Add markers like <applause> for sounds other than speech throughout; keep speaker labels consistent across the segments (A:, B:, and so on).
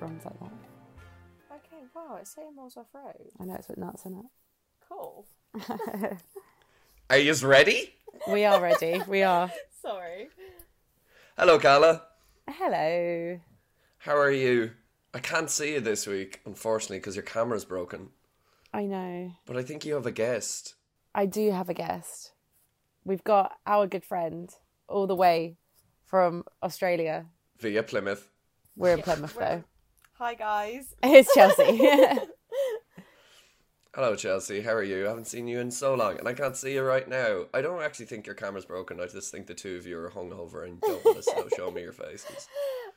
A: runs like that.
B: Okay, wow, it's so miles off road.
A: I know it's a bit nuts, isn't
B: Cool.
A: it?
C: Are you ready?
A: we are ready. We are.
B: Sorry.
C: Hello, Carla.
A: Hello.
C: How are you? I can't see you this week, unfortunately, because your camera's broken.
A: I know.
C: But I think you have a guest.
A: I do have a guest. We've got our good friend all the way from Australia.
C: Via Plymouth.
A: We're in Plymouth though. <laughs>
B: Hi, guys.
A: It's Chelsea.
C: Hello, Chelsea. How are you? I haven't seen you in so long, and I can't see you right now. I don't actually think your camera's broken. I just think the two of you are hungover and don't want to so- show me your faces.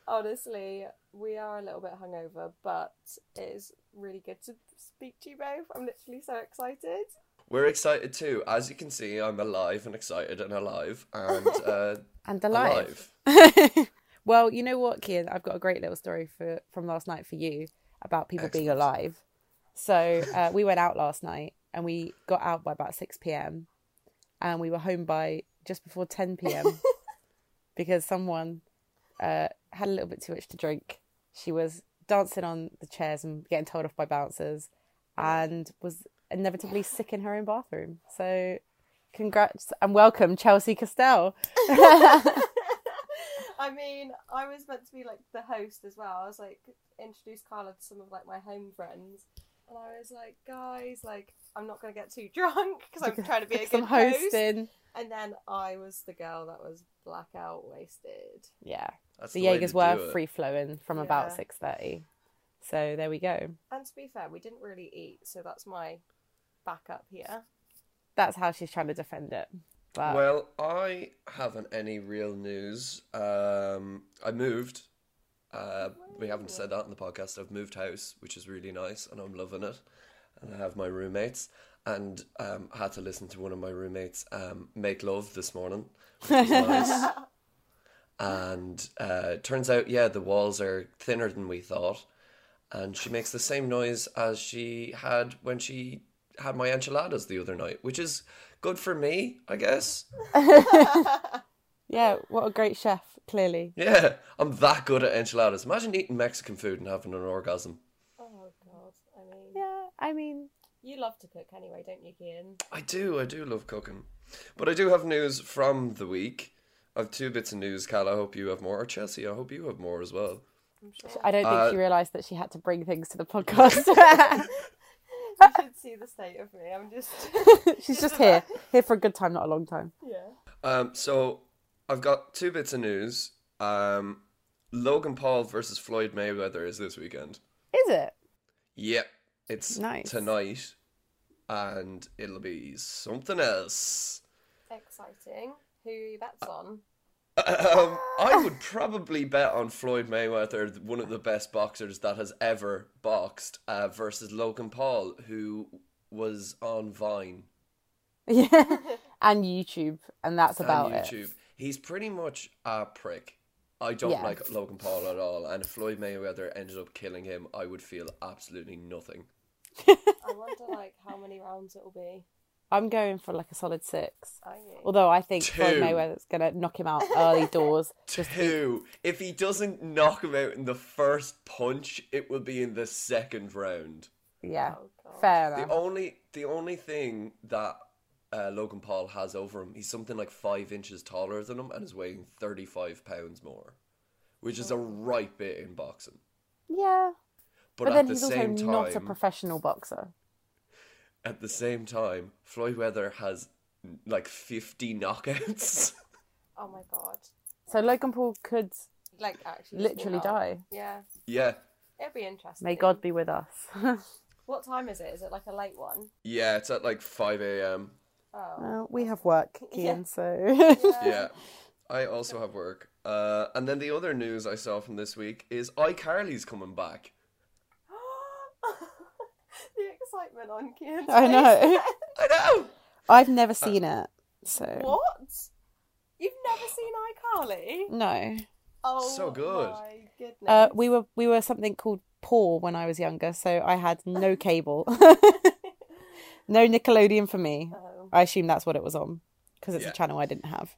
B: Honestly, we are a little bit hungover, but it is really good to speak to you both. I'm literally so excited. <laughs>
C: We're excited too. As you can see, I'm alive and excited and alive and uh,
A: and
C: alive.
A: alive. well, you know what, Kian? I've got a great little story for from last night for you about people being alive. So uh, we went out last night and we got out by about six p.m. and we were home by just before ten p.m. because someone uh, had a little bit too much to drink. She was dancing on the chairs and getting told off by bouncers, and was inevitably sick in her own bathroom. So. Congrats and welcome, Chelsea Castell. <laughs>
B: I mean, I was meant to be like the host as well. I was like introduced Carla to some of like my home friends, and I was like, guys, like I'm not gonna get too <laughs> drunk because I'm trying to <laughs> be a
A: Some
B: good host.
A: hosting.
B: And then I was the girl that was blackout wasted.
A: Yeah.
C: That's
A: the,
C: way to
A: Jaegers
C: do
A: were
C: it.
A: free flowing from about
B: Yeah.
A: six thirty. So there we go.
B: And to be fair, we didn't really eat, so that's my backup here.
A: That's how she's trying to defend it. But
C: Well, I haven't any real news. Um, I moved. Uh, we haven't said that in the podcast. I've moved house, which is really nice, and I'm loving it. And I have my roommates, and um, I had to listen to one of my roommates um, make love this morning, which was nice. And uh, turns out, yeah, the walls are thinner than we thought. And she makes the same noise as she had when she had my enchiladas the other night, which is good for me, I guess.
A: yeah, what a great chef, clearly.
C: Yeah, I'm that good at enchiladas. Imagine eating Mexican food and having an orgasm.
B: Oh god, I mean,
A: Yeah, I mean
B: you love to cook anyway, don't you, Kian?
C: I do, I do love cooking. But I do have news from the week. I've two bits of news, Cal. I hope you have more. Or Chelsea, I hope you have more as well.
B: I'm sure.
A: I don't think
C: Uh,
A: she realised that she had to bring things to the podcast.
B: <laughs>
A: <laughs>
B: you should see the state of me. I'm just
A: she's just here. Here for a good time, not a long time.
B: <laughs> yeah.
C: Um, so I've got two bits of news. Um, Logan Paul versus Floyd Mayweather is this weekend.
A: Is it?
C: Yep, it's
A: Nice.
C: tonight, and it'll be something else.
B: Exciting. Who you bets <laughs> on?
C: Um, I
A: Oh.
C: would probably bet on Floyd Mayweather, one of the best boxers that has ever boxed, uh, versus Logan Paul, who was on Vine
A: <laughs> Yeah.
B: <laughs>
A: and YouTube. And that's about
C: on
A: it.
C: YouTube. He's pretty much a prick. I don't
A: Yeah.
C: like Logan Paul at all, and if Floyd Mayweather ended up killing him, I would feel absolutely nothing.
B: I wonder like how many rounds it'll be.
A: I'm going for like a solid six.
B: Are you?
A: Although I think Floyd
C: Two.
A: Mayweather's gonna knock him out
B: <laughs>
A: early doors.
C: Two. If he doesn't knock him out in the first punch, it will be in the second round.
A: Yeah.
B: Oh, God.
A: Fair enough.
C: The only the only thing that uh, Logan Paul has over him, he's something like five inches taller than him and is weighing thirty five pounds more, which
A: Oh.
C: is a right bit in boxing.
A: Yeah,
C: But,
A: but,
C: at
A: then
C: the
A: he's also
C: same
A: not a
C: time,
A: professional boxer.
C: at the same time, Floyd Weather has like fifty knockouts. <laughs>
B: Oh my god.
A: So Logan Paul could
B: Like actually. just
A: literally
B: walk out.
A: die.
B: Yeah.
C: yeah,
B: It'll be interesting.
A: May God be with us. <laughs>
B: What time is it? Is it like a late one?
C: yeah, it's at like five a.m.
B: Oh.
A: well, we have work,
B: Yeah.
A: Ian. So <laughs>
C: Yeah, I also have work. Uh, and then the other news I saw from this week is iCarly's coming back.
B: <laughs> the excitement on Kian's
A: I know.
C: I know.
A: <laughs> I've never
C: Uh,
A: seen it. So
B: face. What? You've never seen iCarly?
A: no,
B: Oh,
C: So good.
B: My goodness.
A: uh, we were we were something called poor when I was younger, so I had <laughs> no cable, no Nickelodeon for me.
B: Oh.
A: I assume that's what it was on. because it's
C: Yeah.
A: a channel I didn't have.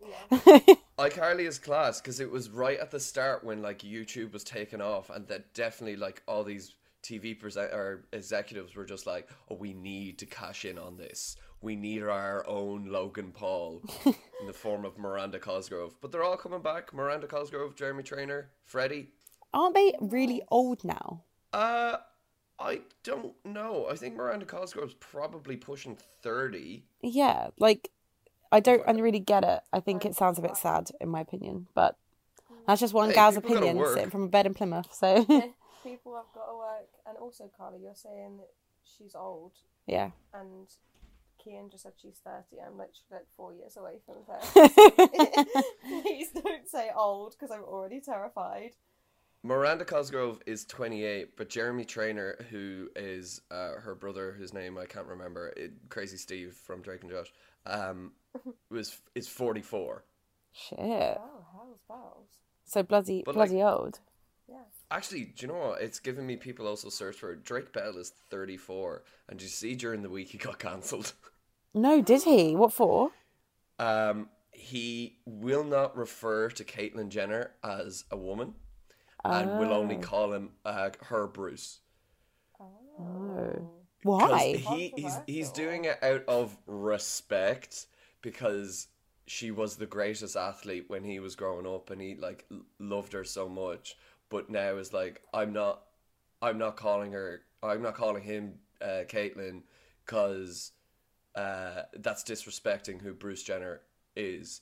C: iCarly is class because it was right at the start when like YouTube was taken off, and that definitely like all these TV present or executives were just like, "Oh, we need to cash in on this. We need our own Logan Paul in the form of Miranda Cosgrove." But they're all coming back: Miranda Cosgrove, Jeremy Trainer, Freddie.
A: Aren't they really old now?
C: Uh, I don't know. I think Miranda Cosgrove's probably pushing thirty.
A: Yeah, like I don't I really get it. I think it sounds a bit sad in my opinion, but that's just one
C: Mm. Hey,
A: gal's
C: people gotta
A: opinion
C: work.
A: sitting from a bed in Plymouth.
C: <laughs>
A: So <laughs>
B: People have got to work, and also Carly, you're saying that she's old,
A: yeah.
C: <laughs>
B: and Kian just said she's thirty. I'm literally like four years away from
A: <laughs>
B: thirty. Please don't say old because I'm already terrified.
C: Miranda Cosgrove is 28, but Jeremy Trainer, who is uh, her brother, whose name I can't remember, it, Crazy Steve from Drake and Josh, um, was is 44.
A: Shit.
B: Oh, hell's bells.
A: So bloody
C: But, like-
A: bloody old.
B: Yeah.
C: Actually, do you know what? It's given me people also search for it. Drake Bell is 34, and you see during the week he got cancelled. <laughs>
A: No, did he? What for?
C: Um, he will not refer to Caitlyn Jenner as a woman, and will
A: Oh. Ah.
C: only call him uh, her Bruce.
B: Oh.
A: Why?
C: 'Cause He, he's, he's doing it out of respect because she was the greatest athlete when he was growing up and he like l- loved her so much but now is like i'm not i'm not calling her i'm not calling him uh caitlin because uh that's disrespecting who bruce jenner is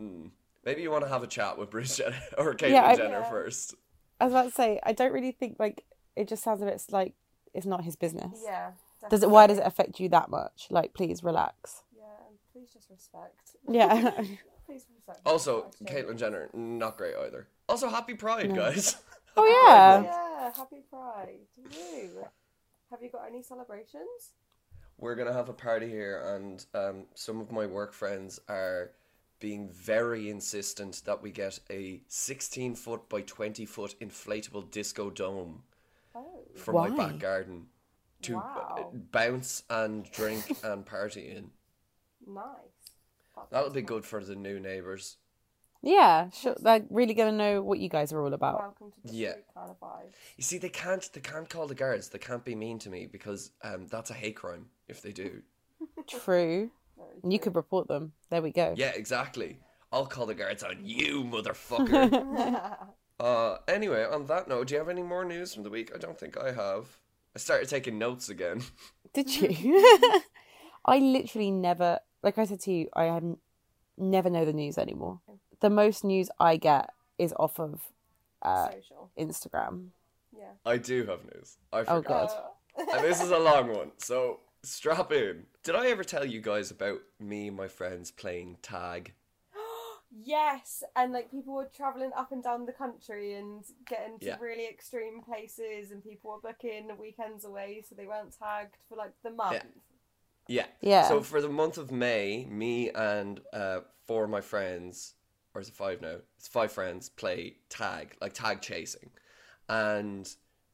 C: mm. maybe you want to have a chat with bruce jenner <laughs> or caitlin
A: I-
C: jenner
B: Yeah.
C: first
A: I was about to say, I don't really think like it just sounds a bit like it's not his business.
B: Oh. Yeah.
A: Does it? Why
B: definitely.
A: does it affect you that much? Like, please
C: <laughs>
A: relax.
B: Yeah, and please just respect. <laughs>
A: Yeah.
B: please respect.
C: also
B: Actually.
C: caitlin jenner not great either also happy pride guys
A: oh yeah.
B: Yeah, happy Pride. Woo. Have you got any celebrations?
C: we're gonna have a party here, and um, some of my work friends are being very insistent that we get a 16 foot by 20 foot inflatable disco dome
B: Oh.
C: for my
A: Why?
C: back garden to uh,
B: Wow.
C: bounce and drink <laughs> and party in.
B: Nice.
C: That'll be good for the new neighbors.
A: Yeah. Sure. They're really gonna know what you guys are all about.
B: Welcome to the
C: Yeah.
B: street kind of vibe.
C: You see, they can't they can't call the guards. They can't be mean to me because um, that's a hate crime if they do.
A: True.
B: Very
A: And you
B: true.
A: could report them. There we <laughs> go.
C: Yeah, exactly. I'll call the guards on you, motherfucker.
B: <laughs>
C: Uh, anyway, on that note, do you have any more news from the week? I don't think I have. I started taking notes again. <laughs>
A: Did
B: <laughs>
A: you? I literally never, like I said to you, I have n- never know the news anymore. The most news I get is off of uh,
B: Social.
A: Instagram.
B: Yeah.
C: I do have news. I
A: Oh,
C: forgot.
A: God.
C: and this is a long one, so strap in. Did I ever tell you guys about me and my friends playing tag?
B: Uh, <gasps> Yes, and like people were traveling up and down the country and getting to
C: Yeah.
B: really extreme places, and people were booking weekends away, so they weren't tagged for like the month.
C: Yeah.
A: Yeah.
C: So for the month of May, me and uh, four of my friends, or is it five now? It's five friends play tag, like tag chasing, and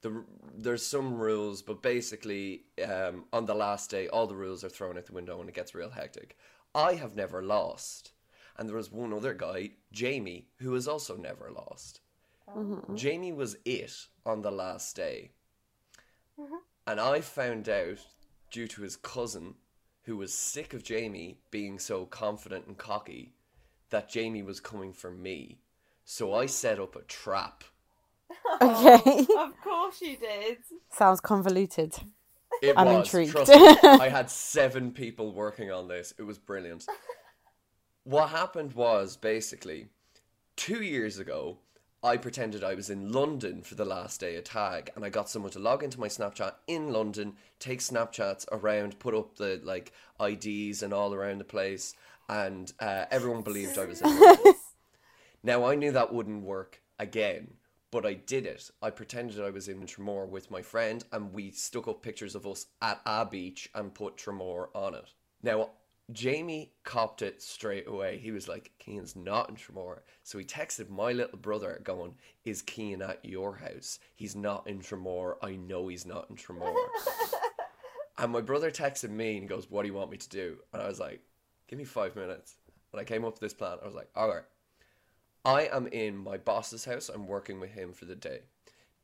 C: the there's some rules, but basically um, on the last day, all the rules are thrown out the window and it gets real hectic. I have never lost, and there was one other guy, Jamie, who has also never lost.
A: Mm-hmm.
C: Jamie was it on the last day. And I found out due to his cousin, who was sick of Jamie being so confident and cocky, that Jamie was coming for me. So I set up a trap.
A: <laughs> Okay.
B: <laughs> Of course you did.
A: Sounds convoluted.
C: It
A: I'm
C: was,
A: intrigued.
C: trust me.
A: <laughs>
C: I had seven people working on this. It was brilliant. What happened was basically two years ago, I pretended I was in London for the last day of tag, and I got someone to log into my Snapchat in London, take Snapchats around, put up the like IDs and all around the place, and uh, everyone believed I was in
A: <laughs>
C: London. now I knew that wouldn't work again, but I did it. I pretended I was in Tremor with my friend, and we stuck up pictures of us at our beach and put Tremor on it. Now Jamie copped it straight away. He was like, Kean's not in Tremor. So he texted my little brother, going, Is Kean at your house? He's not in Tremor. I know he's not in Tremor. and my brother texted me and goes, What do you want me to do? And I was like, give me five minutes. When I came up with this plan, I was like, all right, I am in my boss's house. I'm working with him for the day.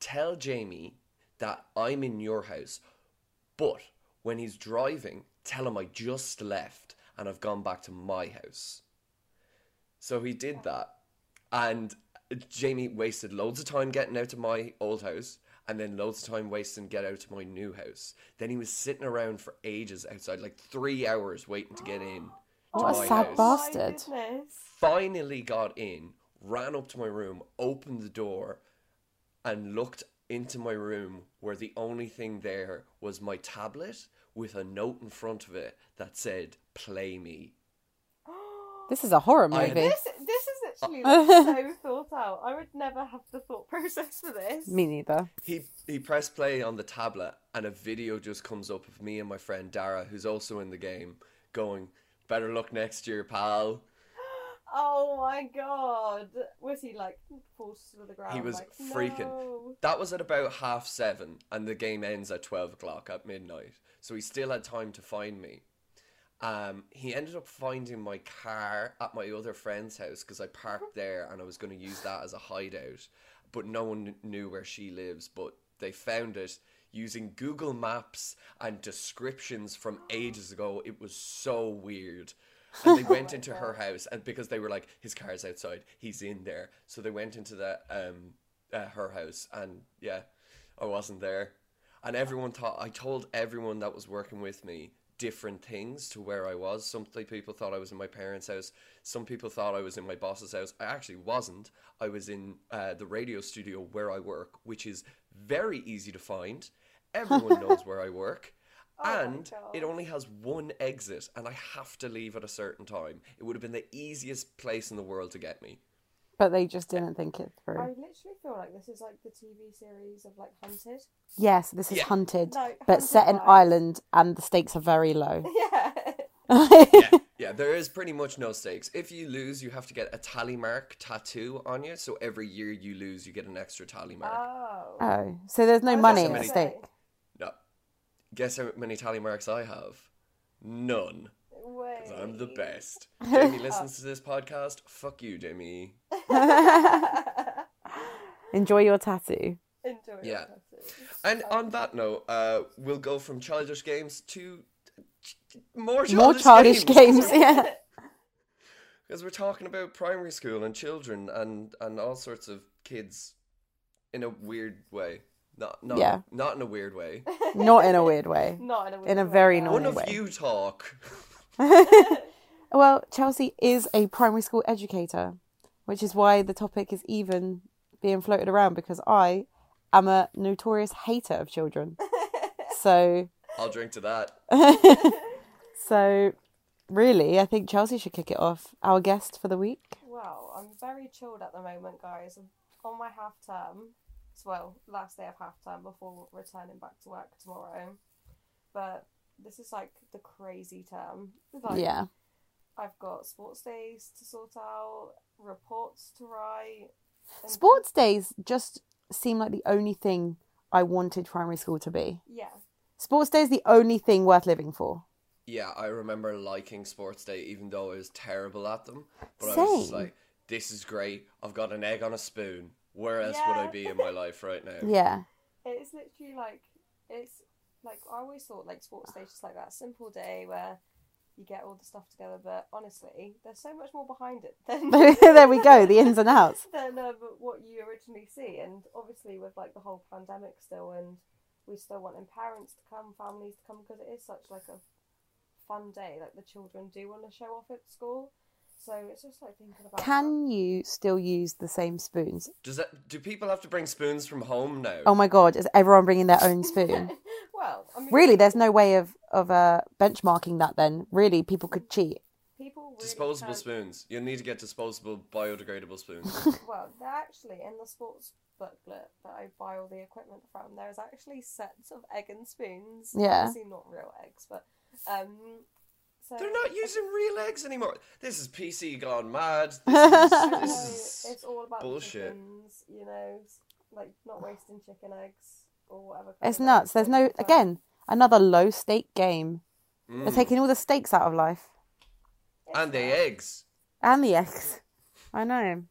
C: Tell Jamie that I'm in your house, but when he's driving, tell him I just left and I've gone back to my house. So he did that, and Jamie wasted loads of time getting out to my old house, and then loads of time wasting get out to my new house. Then he was sitting around for ages outside, like three hours waiting to get in. to
A: What a
C: my
A: sad
C: house
A: boss.
B: Oh My
A: Bastard.
B: goodness.
C: finally got in, ran up to my room, opened the door, and looked into my room where the only thing there was my tablet with a note in front of it that said, Play me.
B: <gasps>
A: This is a horror
C: I-
A: movie.
B: This this
A: <laughs>
B: is actually like, so thought out. I would never have the thought process for this.
A: Me neither.
C: He, he pressed play on the tablet, and a video just comes up of me and my friend Dara, who's also in the game, going, Better luck next year, pal.
B: Oh my god. Was he like forced to the ground?
C: was
B: like,
C: freaking.
B: "No." Oh
C: That was at about half seven, and the game ends at 12 o'clock at midnight. So he still had time to find me. Um, he ended up finding my car at my other friend's house because I parked there and I was going to use that as a hideout. But no one kn- knew where she lives, but they found it using Google Maps and descriptions from ages ago. It was so weird. And they went into her house and because they were like, his car's outside, he's in there. So they went into the um uh, her house and yeah, I wasn't there. And everyone thought I told everyone that was working with me different things to where I was. Some th- people thought I was in my parents' house. Some people thought I was in my boss's house. I actually wasn't. I was in uh, the radio studio where I work, which is very easy to find. Everyone
B: <laughs>
C: knows where I work.
B: Oh my
C: and it
B: God.
C: only has one exit, and I have to leave at a certain time. It would have been the easiest place in the world to get me.
A: But they just didn't think it
B: I
A: through.
B: literally feel like this is like the TV series of like Hunted.
A: Yes, this is
C: Yeah.
A: Hunted,
B: No,
A: but set in
B: Hunted vibes.
A: Ireland and the stakes are very low.
B: <laughs> Yeah.
C: <laughs> yeah, yeah, there is pretty much no stakes. If you lose, you have to get a tally mark tattoo on you. So every year you lose, you get an extra tally mark.
B: Oh.
A: <laughs> Oh, so there's
B: I
A: no
B: was
A: money
C: gonna
A: at
C: say-
A: stake.
C: no. Guess how many tally marks I have? None. 'cause I'm the
B: Wait.
A: <laughs>
C: best. Jamie listens to this podcast. Fuck you, Jamie.
B: <laughs>
A: <laughs> Enjoy your tattoo.
B: <laughs> Enjoy. your
C: Yeah.
B: tattoo.
C: And on that note, uh, we'll go from childish games to more childish
A: More childish games. <laughs> Yeah.
C: Because we're talking about primary school and children and, and all sorts of kids in a weird way. Not not
A: Yeah.
C: not in a weird way.
A: Not in a weird way.
B: <laughs> Not in a,
A: In a
B: weird
A: very
B: way.
A: normal
C: One
A: Only
C: of
A: way.
C: you talk.
A: Well, Chelsea is a primary school educator, which is why the topic is even being floated around because I am a notorious hater of
C: <laughs>
A: children. so, <laughs>
C: I'll drink to that.
A: so really, I think Chelsea should kick it off. Our guest for the week.
B: Well, I'm very chilled at the moment, guys. I'm on my half term. as Well, last day of half term before returning back to work tomorrow. But this is like the crazy term. Like,
A: yeah.
B: I've got sports days to sort out, reports to write. and-
A: Sports days just seem like the only thing I wanted primary school to be.
B: Yeah.
A: Sports day is the only thing worth living for.
C: Yeah, I remember liking sports day even though I was terrible at them. But I was just
A: Same.
C: like, this is great. I've got an egg on a spoon. Where else would I
B: Yeah.
C: be
B: <laughs>
C: in my life right now?
A: Yeah.
B: It's literally like it's like I always thought like sports day is just like that simple day where you get all the stuff together, but honestly, there's so much more behind it
A: <laughs>
B: than
A: there we go,
B: <laughs>
A: the ins and outs.
B: than um, what you originally see. And obviously, with like the whole pandemic still, and we still wanting parents to come, families to come, because it is such like a fun day. Like the children do want to show off at school, so it's just like thinking about
A: Can you still use the same spoons?
C: Does that do people have to bring spoons from home now?
A: Oh my god, is everyone bringing their own spoon?
B: well, I mean,
A: really, there's no way of of uh, benchmarking that. Then really, people could cheat.
B: people really
C: disposable
B: can-
C: spoons. You'll need to get disposable biodegradable
B: <laughs>
C: spoons.
B: Well, they're actually in the sports booklet that I buy all the equipment from. There's actually sets of egg and spoons.
A: Yeah.
B: obviously not real eggs, but um, so
C: They're not using real eggs anymore. This is PC
A: <laughs>
C: gone mad. This is,
B: No,
C: this is
B: it's all about the
C: bullshit.
B: chickens, you know, s- like not wasting chicken eggs or whatever. kind
A: It's
B: of
A: nuts.
B: eggs
A: There's
B: they
A: no
B: use, but-
A: again another low stake game. They're
C: Mm.
A: taking all the stakes out of life.
C: and the eggs.
A: and the eggs. I know.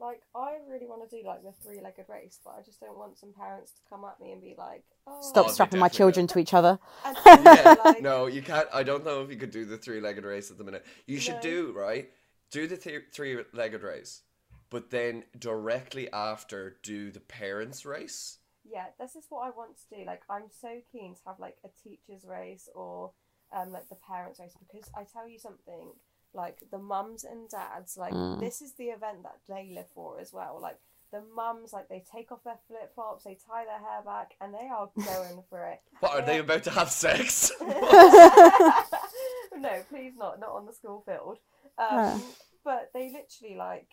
B: Like, I really want to do like the three legged race, but I just don't want some parents to come at me and be like, oh,
A: Stop
C: Oh, they
A: strapping my
C: definitely
A: children to each other.
B: And <laughs>
C: Yeah,
B: like,
C: no, you can't. I don't know if you could do the three-legged race at the minute. You should
B: No.
C: do right. Do the th- three-legged race, but then directly after, do the parents' race.
B: yeah, this is what I want to do. Like, I'm so keen to have like a teacher's race or um, like the parents' race because I tell you something, like the mums and dads, like
A: Mm.
B: this is the event that they live for as well. Like the mums, like they take off their flip flops, they tie their hair back, and they are going for it.
C: What are they
B: Yeah.
C: about to have
B: <laughs>
C: sex?
A: <laughs>
B: no, please not, not on the school field. Um,
A: Yeah.
B: But they literally like,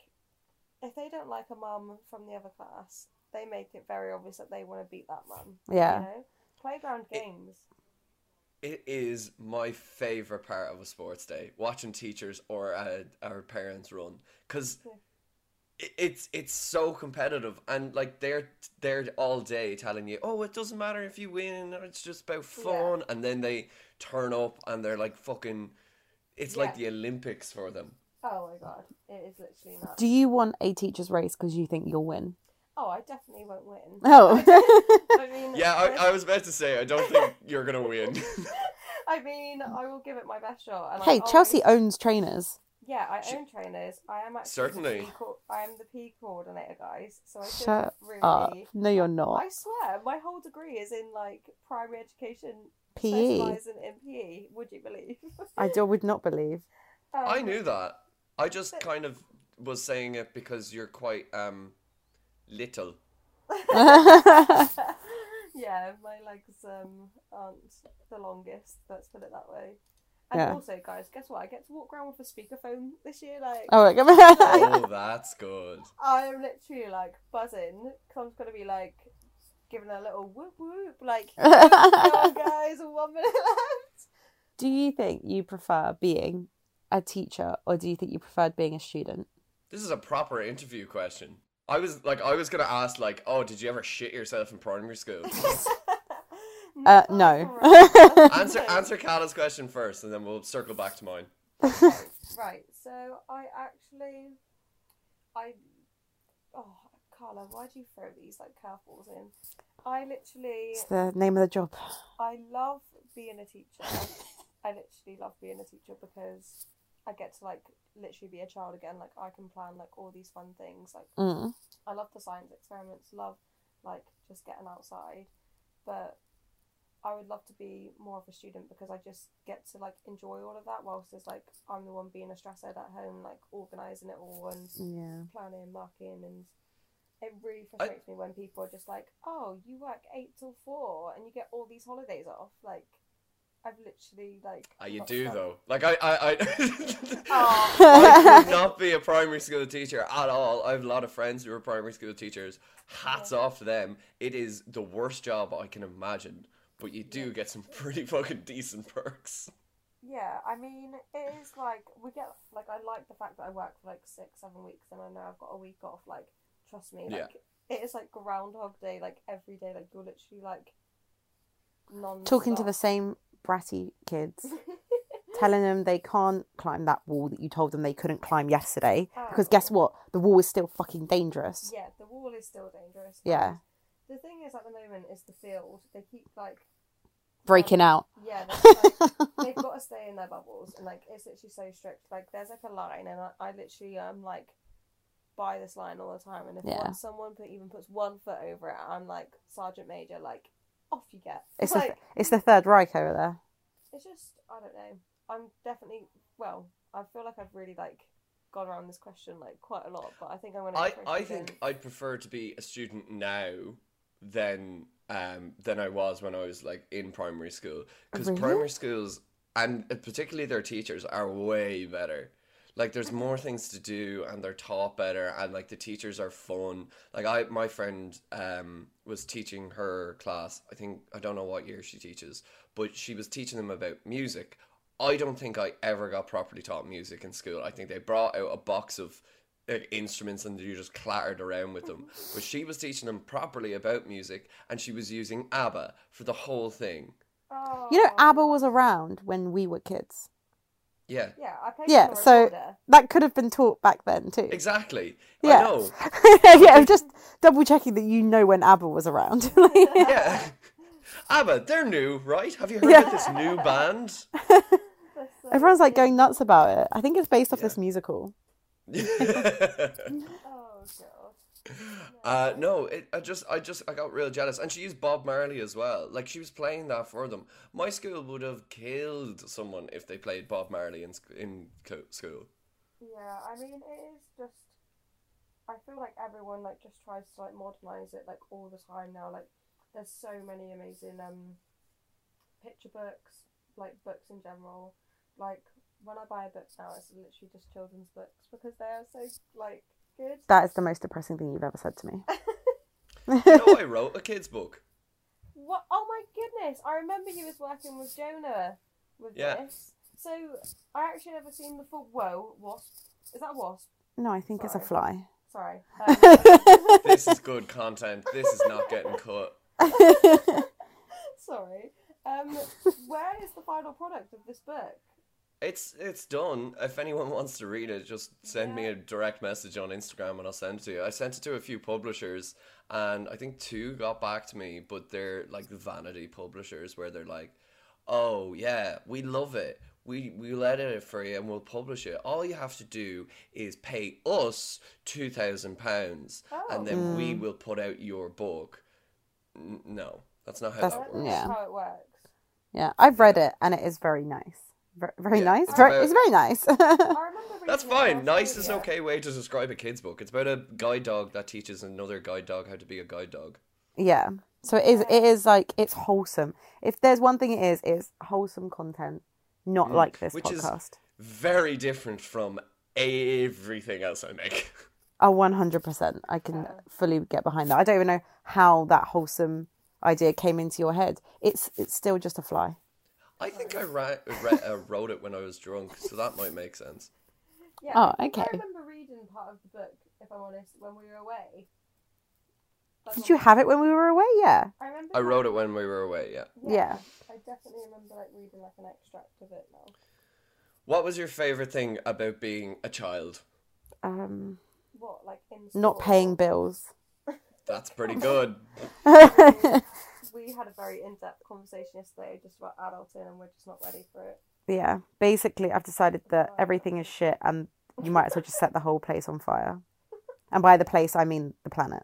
B: if they don't like a mum from the other class, they make it very obvious that they want to beat that mum.
A: Yeah.
B: You know? Playground
C: It-
B: games.
C: It is my favorite part of a sports day, watching teachers or uh, our parents run, because
B: Yeah.
C: it's it's so competitive, and like they're they're all day telling you, oh, it doesn't matter if you win, or it's just about fun, and then they turn up and they're like fucking, it's like the Olympics for them.
B: <laughs> Oh my god, it is literally nuts.
A: Do you want a teacher's race because you think you'll win?
B: oh, I definitely won't win.
A: <laughs> Oh.
B: I mean,
C: Yeah,
B: I,
C: I, I was about to say, I don't think <laughs> you're gonna win.
B: mean, I will give it my best shot.
A: <laughs>
B: And
A: hey,
B: I
A: Chelsea
B: always-
A: owns trainers.
B: Yeah, I
C: Sh-
B: own trainers. I am actually
C: Certainly.
B: The P co- I am the P coordinator, guys. So I should
A: Shut
B: really.
A: up. No, you're not.
B: I swear, my whole degree is in like primary education,
A: PE.
B: specialising in PE. Would you believe?
A: E.
B: <laughs>
A: I do, would not believe.
B: Um, <laughs>
C: I knew that. I just
B: But-
C: kind of was saying it because you're quite um little.
A: <laughs> Oh
B: yeah, my legs um aren't the longest. Let's put it that way. And
A: Yeah.
B: also, guys, guess what? I get to walk around with a speakerphone this year. Like,
A: All right, come on.
C: Oh, that's good.
B: I'm literally like buzzing. i I'm just gonna be like giving a little whoop whoop. Like,
A: <laughs>
B: come on, guys, one minute left. <laughs>
A: do you think you prefer being a teacher or do you think you preferred being a student?
C: This is a proper interview question. I was like, I was gonna ask like, oh, did you ever shit yourself in primary <laughs> school?
A: Uh,
B: Never
A: no. <laughs>
B: mind.
C: answer
B: No.
C: answer Call's question first, and then we'll circle back to mine.
B: Right, so I actually, I, oh Carla, why do you throw these like curveballs in? I literally,
A: It's the name of the job.
B: I love being a teacher. I literally love being a teacher because I get to like literally be a child again. Like I can plan like all these fun things. Like
A: Mm.
B: I love the science experiments. Love like just getting outside, but. I would love to be more of a student because I just get to like enjoy all of that whilst it's like I'm the one being a stress head at home, like organising it all and
A: Yeah. <laughs>
B: planning, marking, and it really frustrates me when people are just like, "Oh, you work eight till four and you get all these holidays off." Like, I've literally like.
C: Ah, you
B: not
C: do
B: done-
C: though. Like I I I,
B: Oh,
C: <laughs> I could not be a primary school teacher at all. I have a lot of friends who are primary school teachers. Hats off to them. It is the worst job I can imagine, but you do get some <laughs> pretty fucking decent perks.
B: yeah, I mean, it is like we get like I like the fact that I work for like six, seven weeks, and I know I've got a week off. Like, trust me, like
C: Yeah.
B: it is like Groundhog Day, like every day, like you're literally like non
A: Talking
B: <laughs>
A: to the same bratty kids, telling them they can't climb that wall that you told them they couldn't climb yesterday. Because guess what? The wall is still fucking dangerous.
B: Oh, Yeah, the wall is still dangerous.
A: Yeah.
B: The thing is, at the moment, is the field. They keep like,
A: Breaking out.
B: yeah,
A: <laughs>
B: they're, like, they've got to stay in their bubbles, and like it's literally so strict. Like there's like a line, and I, I literally um like by this line all the time, and if
A: Yeah.
B: one, someone put, even puts one foot over it, I'm like Sergeant Major, like off you get.
A: It's,
B: like
A: the, it's the Third Reich over there.
B: it's just I don't know. I'm definitely well. I feel like I've really like gone around this question like quite a lot, but I think I'm gonna.
C: I,
B: go for it
C: I
B: again.
C: think I'd prefer to be a student now than um than I was when I was like in primary school because
A: Really?
C: primary schools and particularly their teachers are way better. Like there's more things to do and they're taught better and like the teachers are fun. Like I my friend um was teaching her class. I think I don't know what year she teaches, but she was teaching them about music. I don't think I ever got properly taught music in school. I think they brought out a box of like instruments and you just clattered around with them. But she was teaching them properly about music and she was using ABBA for the whole thing.
B: Oh.
A: You know, ABBA was around when we were kids.
C: Yeah.
B: Yeah, I played
A: Yeah,
B: on a
A: so-
B: recorder.
A: That could have been taught back then too.
C: Exactly.
A: Yeah.
C: I
A: <laughs>
C: know.
A: yeah, I'm just double checking that you know when ABBA was around. <laughs> Like,
C: Yeah. ABBA, they're new, right? Have you heard
A: Yeah.
C: of this new band?
B: That's, uh,
A: Everyone's like
B: yeah.
A: going nuts about it. I think it's based off
C: Yeah.
A: this musical.
B: <laughs> Oh god.
C: <laughs> uh, no, it, I just, I just, I got real jealous. And she used Bob Marley as well. Like she was playing that for them. My school would have killed someone if they played Bob Marley in sc- in co- school.
B: Yeah, I mean it is just. I feel like everyone like just tries to like modernize it like all the time now. Like there's so many amazing um picture books, like books in general. Like when I buy a book now, it's literally just children's books because they are so like good.
A: That is the most depressing thing you've ever said to me.
C: You know, I wrote a kids book.
B: What? Oh my goodness! I remember you was working with Jonah with
C: Yeah.
B: this. So I actually never seen the full. Whoa, wasp! Is that a wasp?
A: No, I think it's a
B: Sorry.
A: fly.
B: Sorry. Um,
C: This is good content. This is not getting cut.
B: Sorry.
A: <laughs>
B: Um, where is the final product of this book?
C: It's it's done. If anyone <laughs> wants to read it, just send me a direct message on Instagram and I'll send it to you. I sent it to a few publishers and I think two got back to me, but they're like vanity publishers where they're like, "Oh yeah, we love it. We we'll edit it for you and we'll publish it. All you have to do is pay us two thousand pounds
B: Oh,
C: and then we will put out your book." N- no, that's not how
A: That's-
C: that
B: That's
C: works.
A: yeah.
B: how it works.
A: <laughs> Yeah, I've read it and it is very nice. Ver- Very
C: Yeah,
A: nice.
C: it's
A: Very,
C: about-
A: it's very nice. <laughs>
B: I remember reading
C: That's
B: it
C: fine.
B: last
C: Nice
B: year.
C: is an okay way to describe a kid's book. It's about a guide dog that teaches another guide dog how to be a guide dog.
A: yeah. So it is. It is like it's wholesome. If there's one thing it is, it's wholesome content. Not like this
C: Mm. which is-
A: podcast.
C: Very different from everything else I make. <laughs>
A: Oh, one hundred percent. I can fully get behind that. I don't even know how that wholesome idea came into your head. It's it's still just a fly.
C: I think I ra- re- uh, wrote it when I was drunk, so that might make sense.
B: Yeah,
A: Oh,
B: I think I
A: okay.
B: remember reading part of the book, if I'm honest, when we were away. Like,
A: Did you have it when we were away? Yeah.
B: I remember.
C: I wrote it when we were away, yeah.
A: Yeah.
B: I definitely remember like reading like an extract of it now.
C: What was your favourite thing about being a child?
A: Um,
B: What like in school?
A: not paying bills. <laughs>
C: That's pretty good.
B: We had a very in-depth conversation yesterday just about adulting, and we're just not ready for it.
A: Yeah. Basically, I've decided that everything is shit, and you might as well just set the whole place on fire. And by the place, I mean the planet.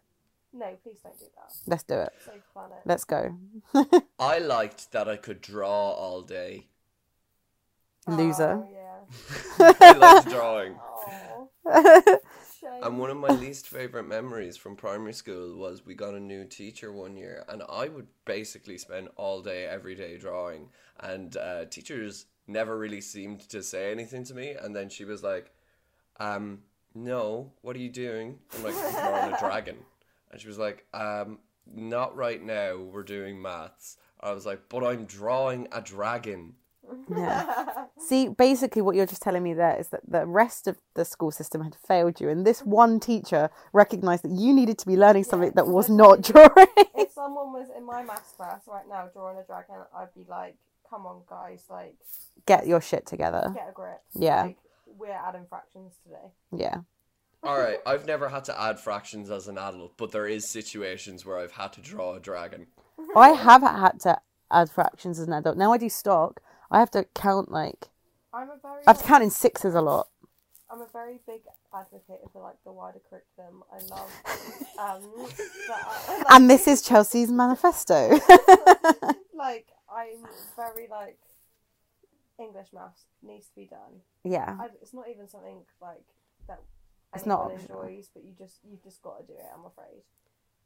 B: No, please don't do that.
A: Let's do it.
B: Save the planet.
A: Let's go. <laughs>
C: I liked that I could draw all day. <laughs>
A: Loser.
B: Oh, yeah.
C: I liked drawing.
B: Oh, shame.
C: And one of my least favorite memories from primary school was we got a new teacher one year, and I would basically spend all day, every day drawing. And uh, teachers never really seemed to say anything to me. And then she was like, um, "No, what are you doing?" I'm like, "I'm "Drawing a dragon." And she was like, um, "Not right now. We're doing maths." I was like, "But I'm drawing a dragon."
A: Yeah. See, basically, what you're just telling me there is that the rest of the school system had failed you, and this one teacher recognized that you needed to be learning something that was not <laughs> drawing.
B: <laughs> if someone was in my maths class right now drawing a dragon, I'd be like, "Come on, guys! Like,
A: Get your shit together.
B: get a grip!
A: Yeah.
B: Like, we're adding fractions today."
A: Yeah.
C: All right, I've never had to add fractions as an adult, but there is situations where I've had to draw a dragon.
B: Mm-hmm.
A: I have had to add fractions as an adult. Now I do stock. I have to count like
B: I'm a very,
A: I have to count in sixes a lot.
B: I'm a very big advocate for like the wider curriculum. I love, um,
A: <laughs>
B: that I,
A: And this is Chelsea's manifesto. <laughs>
B: like I'm very like English maths needs to be done.
A: yeah.
B: I, it's not even something like that.
A: It's not
B: anyone
A: optional.
B: enjoys, but you just you've just got to do it. I'm afraid.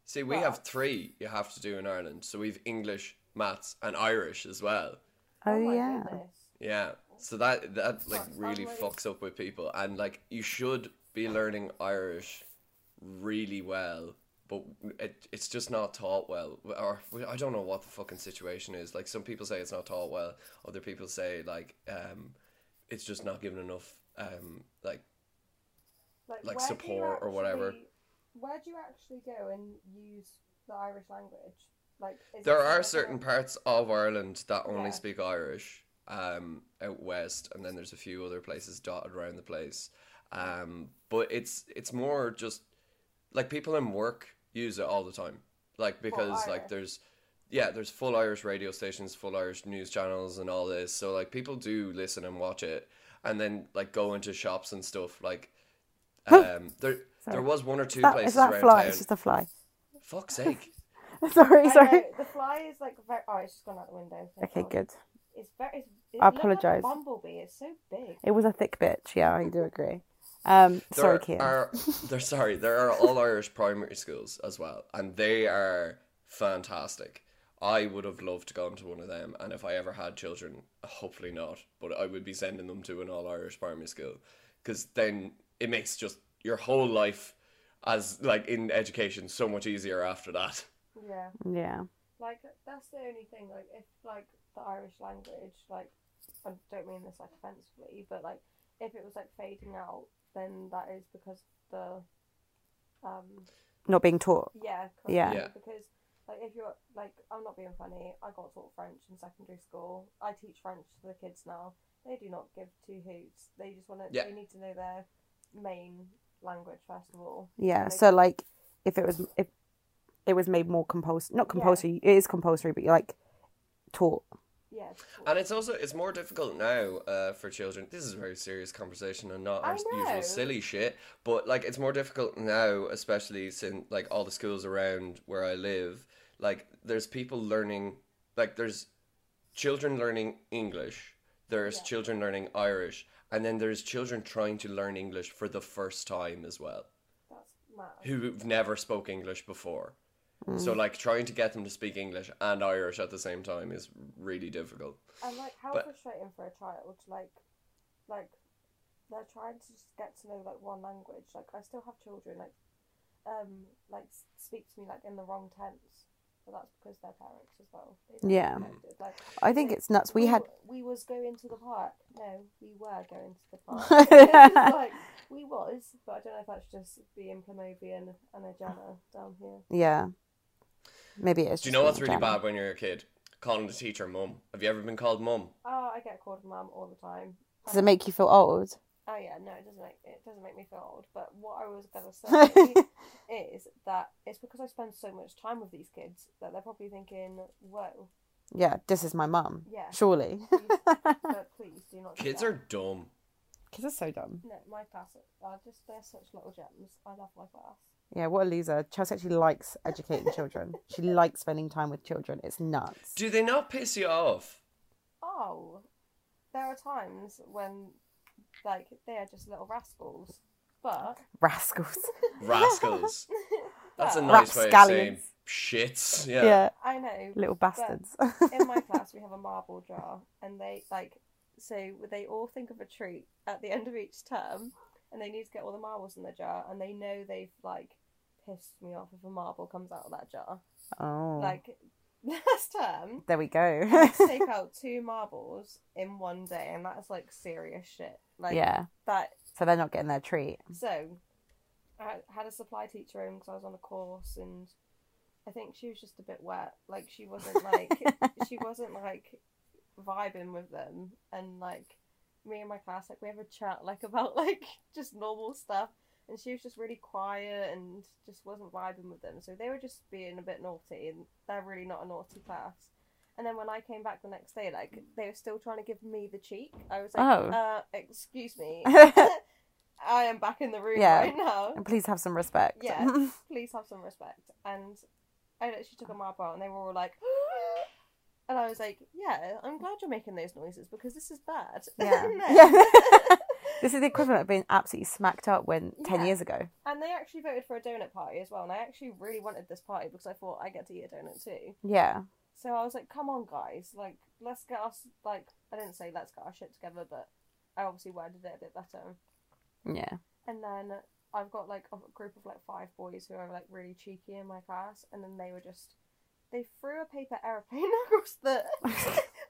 C: See, we have three you have to do in Ireland. So we've English, maths, and Irish as well.
A: Oh,
B: my
A: yeah.
B: goodness.
C: Yeah. So that that like
B: Right,
C: really
B: Irish.
C: fucks up with people, and like you should be learning Irish really well, but it, it's just not taught well. Or I don't know what the fucking situation is. Like some people say it's not taught well. Other people say like um, it's just not given enough um like like,
B: where do you
C: support or whatever.
B: actually- Where do you actually go and use the Irish language? Like, is
C: There
B: it something
C: are certain
B: that-
C: parts of Ireland that only
B: Yeah.
C: speak Irish, um, out west, and then there's a few other places dotted around the place. Um, but it's it's more just like people in work use it all the time, like because like
B: Irish.
C: there's yeah there's full Irish radio stations, full Irish news channels, and all this. So like people do listen and watch it, and then like go into shops and stuff. Like um, there there was one or two
A: That, is
C: places
A: that
C: around
A: fly?
C: town.
A: It's just a fly. <laughs>
C: Fuck's sake.
A: sorry,
B: I
A: sorry.
B: know, the fly is like very. Oh, it's just gone out the window. Thank
A: Okay,
B: God.
A: good.
B: It's very. It's, it
A: I
B: looked like a
A: apologise.
B: Bumblebee. It's so big.
A: It was a thick bitch. Yeah, I do agree. Um, sorry,
C: there
A: Kieran.
C: are there sorry there are all Irish primary schools as well, and they are fantastic. I would have loved to go into one of them, and if I ever had children, hopefully not, but I would be sending them to an all Irish primary school because then it makes just your whole life as like in education so much easier after that.
B: Yeah.
A: Yeah.
B: Like that's the only thing. Like if like the Irish language, like I don't mean this like offensively, but like if it was like fading out, then that is because the um
A: Not being taught.
B: yeah
A: Yeah.
B: currently,
C: Yeah.
B: because like if you're like I'm not being funny. I got taught French in secondary school. I teach French to the kids now. They do not give two hoots. They just want to.
C: Yeah.
B: They need to know their main language first of all.
A: Yeah.
B: And they
A: So like, if it was if it was made more compulsory, not compulsory. It is compulsory, but you're like taught.
B: Yeah.
C: And it's also it's more difficult now uh, for children. This is a very serious conversation and not our
B: I know.
C: usual silly shit. But like it's more difficult now, especially since like all the schools around where I live, like there's people learning, like there's children learning English, there's
B: Yeah.
C: children learning Irish, and then there's children trying to learn English for the first time as well
B: That's mad.
C: who've never spoke English before.
A: Mm.
B: Hmm.
C: So like trying to get them to speak English and Irish at the same time is really difficult.
B: And like how
C: But-
B: frustrating for a child, like like they're trying to just get to know like one language. Like I still have children like um like s- speak to me like in the wrong tense. But that's because their parents as well. They don't
A: Yeah.
B: respect it. Like
A: I think it's nuts. We had
B: we was going to the park. No, we were going
A: <laughs>
B: to the park. It's like we was, but I don't know if that's just being Plimovian and a Jana down here.
A: yeah. Maybe it's.
C: Do you know what's really bad when you're a kid? Calling the teacher mum. Have you ever been called mum?
B: Oh, I get called mum all the time.
A: Does it make you feel old?
B: Oh yeah, no, it doesn't make it doesn't make me feel old. But what I was
A: <laughs>
B: gonna say is that it's because I spend so much time with these kids that they're probably thinking, "Whoa,
A: Yeah. This is my mum.
B: Yeah.
A: Surely. <laughs>
B: please, but please do not." do
C: Kids
B: that."
C: are dumb.
A: Kids are so dumb.
B: no, my class are just they're such little gems. I love my class.
A: Yeah, what a loser. Chelsea actually likes educating children. she likes spending time with children. It's nuts.
C: Do they not piss you
A: <laughs>
C: off?
B: Oh, there are times when like they are just little rascals, but
A: Rascals.
C: Rascals. That's a
B: Well-
C: nice way of saying
A: Rapscallions. <laughs>
C: shits.
A: Yeah.
C: Yeah.
B: I know
A: little bastards. <laughs>
B: in my class we have a marble jar and they like so they all think of a treat at the end of each term and they need to get all the marbles in the jar and they know they've like pissed me off if a marble comes out of that jar
A: oh.
B: like <laughs> last term
A: there we
C: <laughs>
A: go.
B: I had
A: <laughs>
B: to take out two marbles in one day and that's like serious shit like
A: yeah.
B: that
A: So they're not getting their treat. <laughs>
B: so I had a supply teacher in because I was on a course, and I think she was just a bit wet. Like she wasn't like she wasn't like vibing with them, and like me and my class, like we have a chat like about like just normal stuff, and she was just really quiet and just wasn't vibing with them. So they were just being a bit naughty, and they're really not a naughty class. And then when I came back the next day, like they were still trying to give me the cheek. I was like,
A: Oh.
B: uh, "Excuse me, I am back in the room
A: Yeah.
B: right now.
A: And please have some respect.
B: Yeah, please have some respect. And I literally took a marble out and they were all like, <gasps> and I was like, yeah, I'm glad you're making those noises because this is bad. <laughs>
A: yeah.
B: And
A: <laughs>
B: then-
A: yeah. <laughs> this is the equivalent of being absolutely smacked up when 10
B: Yeah.
A: years ago.
B: and they actually voted for a donut party as well. And I actually really wanted this party because I thought I get to eat a donut too.
A: Yeah.
B: So I was like, come on, guys, like, let's get us, like, I didn't say let's get our shit together, but I obviously worded it a bit better.
A: Yeah.
B: And then I've got like a group of like five boys who are like really cheeky in my class, and then they were just they threw a paper aeroplane <laughs> across
A: <laughs>
B: the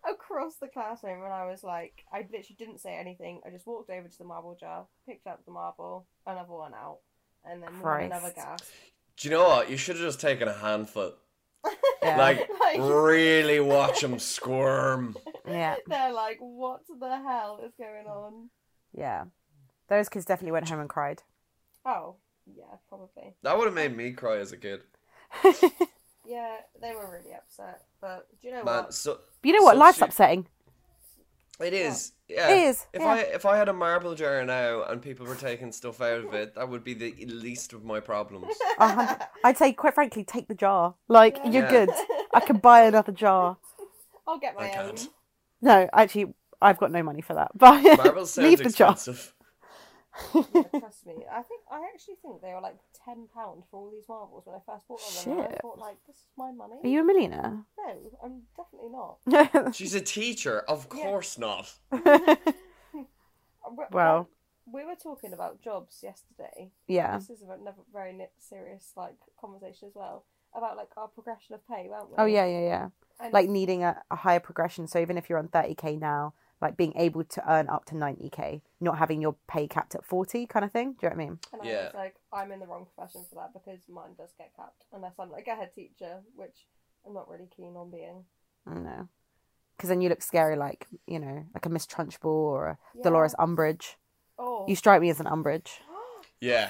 B: across the classroom, and I was like, I literally didn't say anything. I just walked over to the marble jar, picked up the marble, another one out, and then we had another
A: Christ.
B: <laughs> gas.
C: Do you know what? You should have just taken a handful.
A: Yeah.
C: Like,
B: <laughs> Like-
C: really watch them squirm.
A: yeah,
B: They're like, what the hell is going on?
A: yeah. Those kids definitely went home and cried.
B: Oh, yeah, probably.
C: That would have made me cry as a kid.
B: Yeah, they were really upset. But do you know
C: Man,
B: what?
C: so
A: You know what?
C: So
A: Life's
C: she-
A: upsetting.
C: it is. Yeah.
A: It is,
C: If
A: yeah.
C: I if I had a marble jar now and people were taking stuff out of it, that would be the least of
A: <laughs>
C: my problems.
A: A hun-
B: <laughs>
A: I'd say, quite frankly, take the jar. Uh-huh. Like
B: Yeah.
A: you're
C: Yeah.
A: good. I can buy another jar.
B: <laughs> I'll get
C: I
B: my own.
C: can't.
A: No, actually, I've got no money for that. <laughs> But
C: Marbles sounds
A: leave the jar.
C: expensive.
A: <laughs>
B: Yeah, trust me. I think I actually think they were like ten pound for all these marbles when I first bought them. And I
A: Shit.
B: thought like, this is my money.
A: Are you a
C: <laughs>
A: millionaire? <laughs>
B: No, I'm definitely not.
C: She's a teacher, of course not.
B: Uh, We-
A: Well.
B: we were talking about jobs yesterday.
A: yeah.
B: This is another very ni- serious like conversation as well about like our progression of pay, weren't we?
A: Oh yeah, yeah, yeah.
B: And-
A: Like needing a, a higher progression. So even if you're on 30k now, like being able to earn up to 90k, not having your pay capped at 40, kind of thing. Do you know what I mean?
B: And I
C: Yeah.
B: was like, I'm in the wrong profession for that because mine does get capped unless I'm like a head teacher, which I'm not really keen on being.
A: I don't know. Because then you look scary, like you know, like a Miss Trunchbull or a
B: Yeah.
A: Dolores Umbridge.
B: Oh,
A: You strike me as an Umbridge. <laughs>
C: Yeah.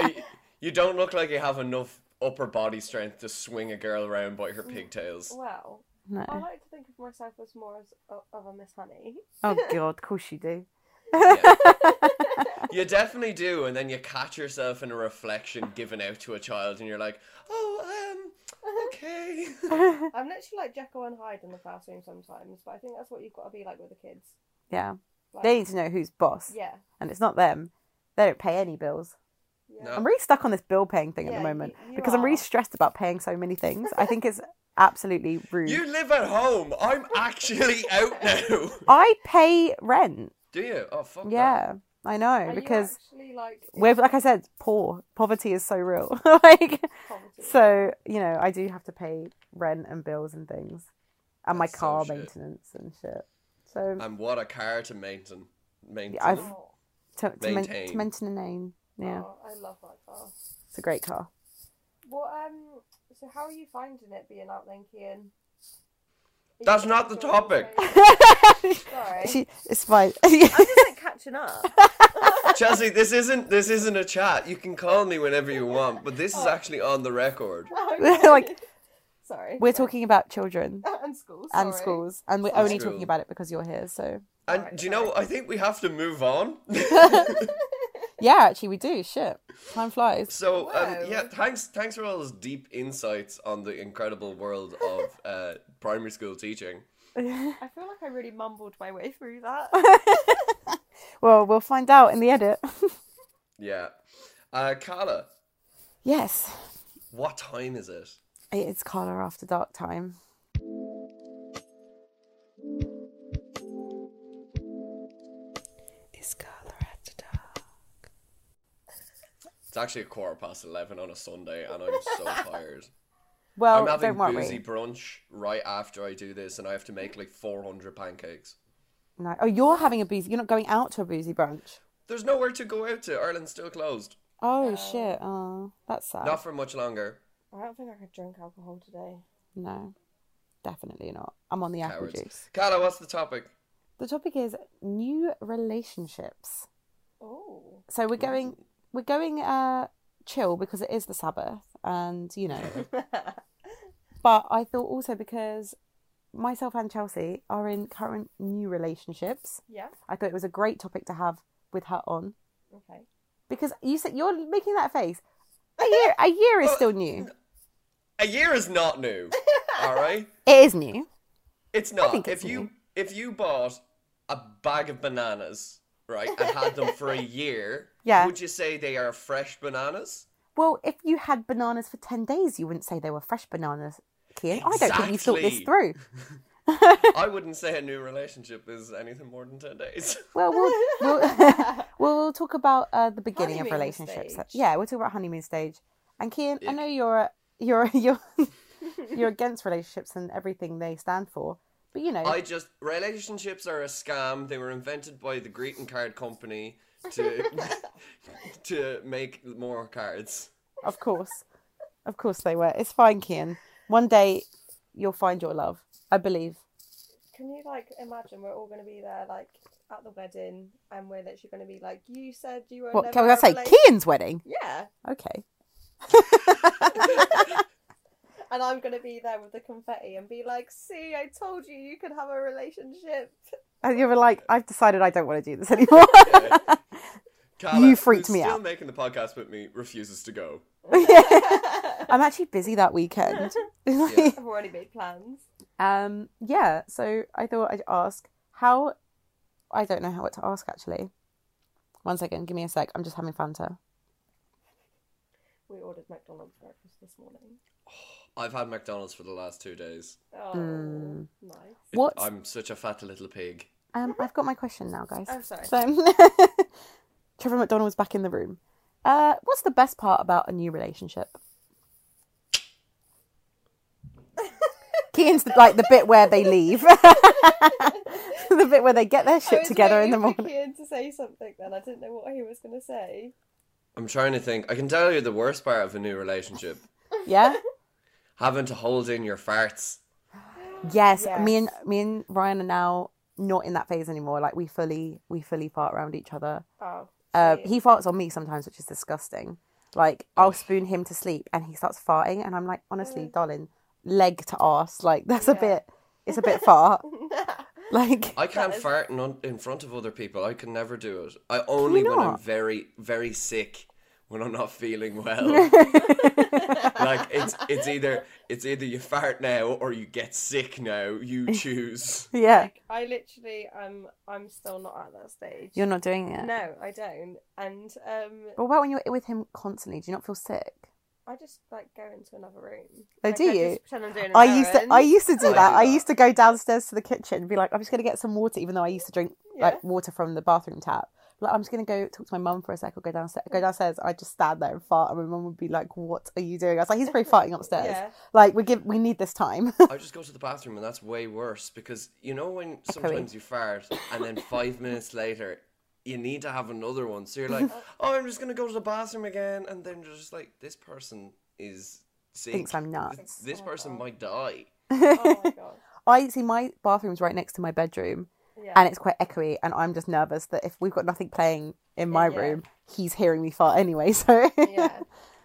C: You- you don't look like you have enough upper body strength to swing a girl around by her pigtails.
B: <gasps> well,
A: No.
B: I like to think of myself as more as o- of a Miss Honey.
A: Oh God, of course you do.
C: Yeah. you definitely do, and then you catch yourself in a reflection given out to a child, and you're like, oh, um,
A: <laughs>
C: okay.
B: <laughs> I'm literally like Jekyll and Hyde in the classroom sometimes, but I think that's what you've got to be like with the kids.
A: Yeah.
B: Like,
A: They need to know who's boss,
B: yeah,
A: and it's not them. They don't pay any bills.
B: yeah.
C: No.
A: I'm really stuck on this bill paying thing at
B: Yeah,
A: the moment
B: you- you
A: because I'm really
B: are.
A: stressed about paying so many things. I think
B: <laughs>
A: it's absolutely rude.
C: You live at home. I'm actually out now.
A: I pay rent.
C: Do you? Oh, fuck. that.
A: Yeah, I know
B: Are you
A: because
B: actually like in
A: we're like I said, poor. Poverty is so real. <laughs> like
B: poverty?
A: so, you know, I do have to pay rent and bills and things, and my
C: That's so Uh,
A: car
C: shit.
A: maintenance and shit. So
C: And what a car to maintain. maintain.
A: Yeah, I've-
B: Oh,
A: to, to, men-
C: maintain.
A: to mention a name, yeah,
B: oh, I love that class.
A: it's a great car. <laughs>
B: Well, um, so how are you finding it being out then, Kian? Are
C: That's
B: you
C: not the
B: enjoying
C: topic.
B: training? Sorry.
A: She, it's fine. <laughs>
B: I'm just like catching up.
C: <laughs> Chelsea, this isn't this isn't a chat. You can call me whenever you want, but
A: Oh.
C: this is actually on the record.
A: like
B: <laughs> Sorry.
A: we're
B: sorry.
A: talking about children
B: <laughs> and schools.
A: and
B: sorry.
A: schools, and we're
C: And
A: only
C: school.
A: talking about it because you're here. So Oh,
C: And do you know? I think we have to move on. <laughs>
A: yeah, actually, we do. Shit, time
C: <laughs>
A: flies. <laughs>
C: so um,
B: Wow.
C: yeah, thanks thanks for all those deep insights on the incredible world
A: <laughs>
C: of uh, primary school teaching.
B: I feel like I really mumbled my way through that.
A: Well, we'll find out in the edit. <laughs>
C: Yeah, uh, Carla,
A: yes,
C: what time is it?
A: it is Carla after dark time. It's Carla after dark.
C: It's actually a quarter past eleven on a Sunday, and I'm
A: <laughs>
C: so tired.
A: Well,
C: I'm having
A: Oh, don't worry.
C: boozy brunch right after I do this, and I have to make like 400 pancakes.
A: No. Oh, you're having a boozy. You're not going out to a boozy brunch.
C: There's nowhere to go out to. Ireland's still closed.
A: Oh shit. Oh, that's sad.
C: Not for much longer.
B: <laughs> I don't think I could drink alcohol today.
A: No, definitely not. I'm on the apple
C: Cowards.
A: juice.
C: Carla, what's the topic?
A: The topic is new relationships.
B: Oh.
A: So we're going we're going uh chill because it is the Sabbath and you know.
C: <laughs>
A: but I thought also because myself and Chelsea are in current new relationships,
B: <laughs> Yeah.
A: I thought it was a great topic to have with her on
B: <laughs> Okay.
A: because you said you're making that face. A year a year is still new.
C: A year is
A: <laughs>
C: not new. all right?
A: It is new.
C: It's not.
A: think it's
C: if you
A: new.
C: if you bought a bag of bananas, right, and had
A: <laughs>
C: them for a year,
A: Yeah.
C: would you say they are fresh
A: <laughs>
C: bananas?
A: Well, if you had bananas for 10 days, you wouldn't say they were fresh bananas, Kian. I don't think you've thought this
C: Exactly.
A: through.
C: I wouldn't say a new relationship is anything more than
A: <laughs>
C: 10 days.
A: Well, we'll,
B: <laughs>
A: we'll, <laughs> well, we'll talk about uh, the beginning of
B: Honeymoon
A: relationships.
B: stage.
A: Yeah, we'll talk about honeymoon stage. And Kian, I
C: Ick.
A: know you're a, you're <laughs> a-
B: <laughs>
A: you're you're against relationships and everything they stand for, but you know,
C: I just relationships are a scam. They were invented by the greeting card company
A: <laughs>
C: to to make more cards.
A: of course. Of course they were. It's fine, Kian. One day you'll find your love. I believe.
B: <laughs> Can you like imagine we're all going to be there like at the wedding and we're literally going to be like, you said you were.
A: What
B: never
A: can I say?
B: relate-"
A: Kian's wedding.
B: Yeah,
A: Okay. <laughs>
B: and I'm going to be there with the confetti and be like, see, I told you you could have a relationship.
A: <laughs>
B: <laughs>
A: And you were like, I've decided I don't want to do this anymore.
C: Carla,
A: You freaked
C: who's
A: me
C: still
A: out.
C: making the podcast with me refuses to go.
A: I'm actually busy that weekend. <laughs>
B: I've already made plans.
A: Um, yeah, so I thought I'd ask how. I don't know how what to ask actually. One second, give me a sec. I'm just having Fanta.
B: We ordered McDonald's breakfast this morning.
C: I've had McDonald's for the last two days.
B: Oh,
A: Mm.
B: nice.
C: It-
A: What?
C: I'm such a fat little pig.
A: Um, I've got my question now, guys.
B: Mm-hmm. Oh, sorry.
A: So, <laughs> Trevor McDonald was back in the room. Uh, what's the best part about a new
B: <laughs>
A: relationship? Keen's the, like the bit where they
B: <laughs>
A: leave, <laughs> the bit where they get their
B: I
A: shit
B: was
A: together in the
B: waiting for
A: morning.
B: Kian to say something then. I didn't know what he was going to say.
C: I'm trying to think. I can tell you the worst part of a new relationship
A: Yeah.
C: having to hold in your farts.
A: Yes,
B: Yes.
A: me and me and Ryan are now not in that phase anymore. Like we fully we fully fart around each other.
B: Oh.
A: Uh,
B: <laughs> sweet.
A: he farts on me sometimes, which is disgusting. Like I'll spoon him to sleep, and he starts farting, and I'm like, honestly, darling, leg to ass, like that's a
B: Yeah.
A: bit, it's a bit
B: <laughs>
A: fart. like <laughs>
C: I can't
B: is-
C: fart in, on- in front of other people. I can never do it. I only when I'm
A: not?
C: very, very sick, when I'm not
A: <laughs>
C: feeling well. like it's it's either it's either you fart now or you get sick now. You choose.
B: <laughs>
A: yeah,
B: Like, I literally, I'm, I'm still not at that stage.
A: you're not doing it.
B: No, I don't. And um,
A: But what about when you're with him constantly? Do you not feel sick?
B: I just like go into another room.
A: Oh,
B: Like,
A: do
B: I
A: you?
B: just pretend I'm doing an
A: I used to
B: errand.
A: I used to do
C: I
A: that.
C: do
A: I
C: that.
A: used to go downstairs to the kitchen and be like, I'm just gonna get some water, even though I used to drink
B: Yeah.
A: like water from the bathroom tap. Like I'm just gonna go talk to my mum for a sec or go downstairs go downstairs. I'd just stand there and fart and my mum would be like, What are you doing? I was like, He's
B: <laughs>
A: probably farting upstairs.
B: Yeah.
A: Like we give we need this time. <laughs>
C: I just go to the bathroom and that's way worse because you know when sometimes you fart and then five minutes later you need to have another one. So
A: <laughs>
C: you're like, oh, I'm just gonna go to the bathroom again, and then you're just like, this person is sick.
A: Thinks I'm nuts.
C: This person might die.
B: Oh my
A: <laughs>
B: god.
A: I see my bathroom's right next to my bedroom
B: Yeah.
A: and it's quite echoey and I'm just nervous that if we've got nothing playing in my
B: Yeah.
A: room, he's hearing me fart anyway, <laughs> so
B: yeah.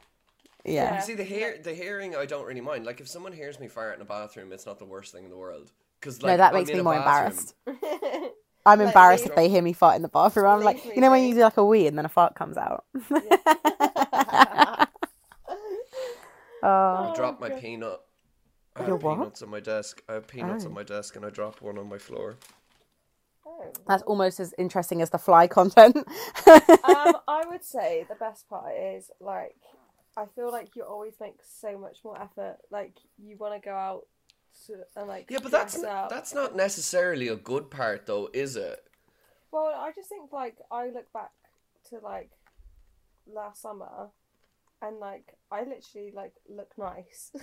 B: <laughs>
A: yeah.
C: You see, the hear the hearing, I don't really mind. Like if someone hears me fart in a bathroom, it's not the worst thing in the world. Because like,
A: no, that
C: I'm
A: makes
C: in
A: me
C: a
A: more
C: bathroom.
A: embarrassed.
B: <laughs>
A: I'm embarrassed
B: leave-
A: if they hear me fart in the bathroom. I'm like,
B: Leave me
A: you know, when
B: be.
A: you do like a wee and then a fart comes out. <laughs>
C: I
A: Oh,
C: dropped my peanut. I have
A: Your what?
C: peanuts on my desk. I have peanuts
A: Oh.
C: on my desk, and I dropped one on my floor.
B: Oh.
A: <laughs> that's almost as interesting as the fly content. <laughs>
C: <laughs>
B: um, I would say the best part is like I feel like you always make so much more effort. Like you want to go out to, and like
C: Yeah, but that's
B: dress up.
C: that's not necessarily a good part, though, is it?
B: well. I just think like I look back to like last summer, and like I literally like look nice. <laughs>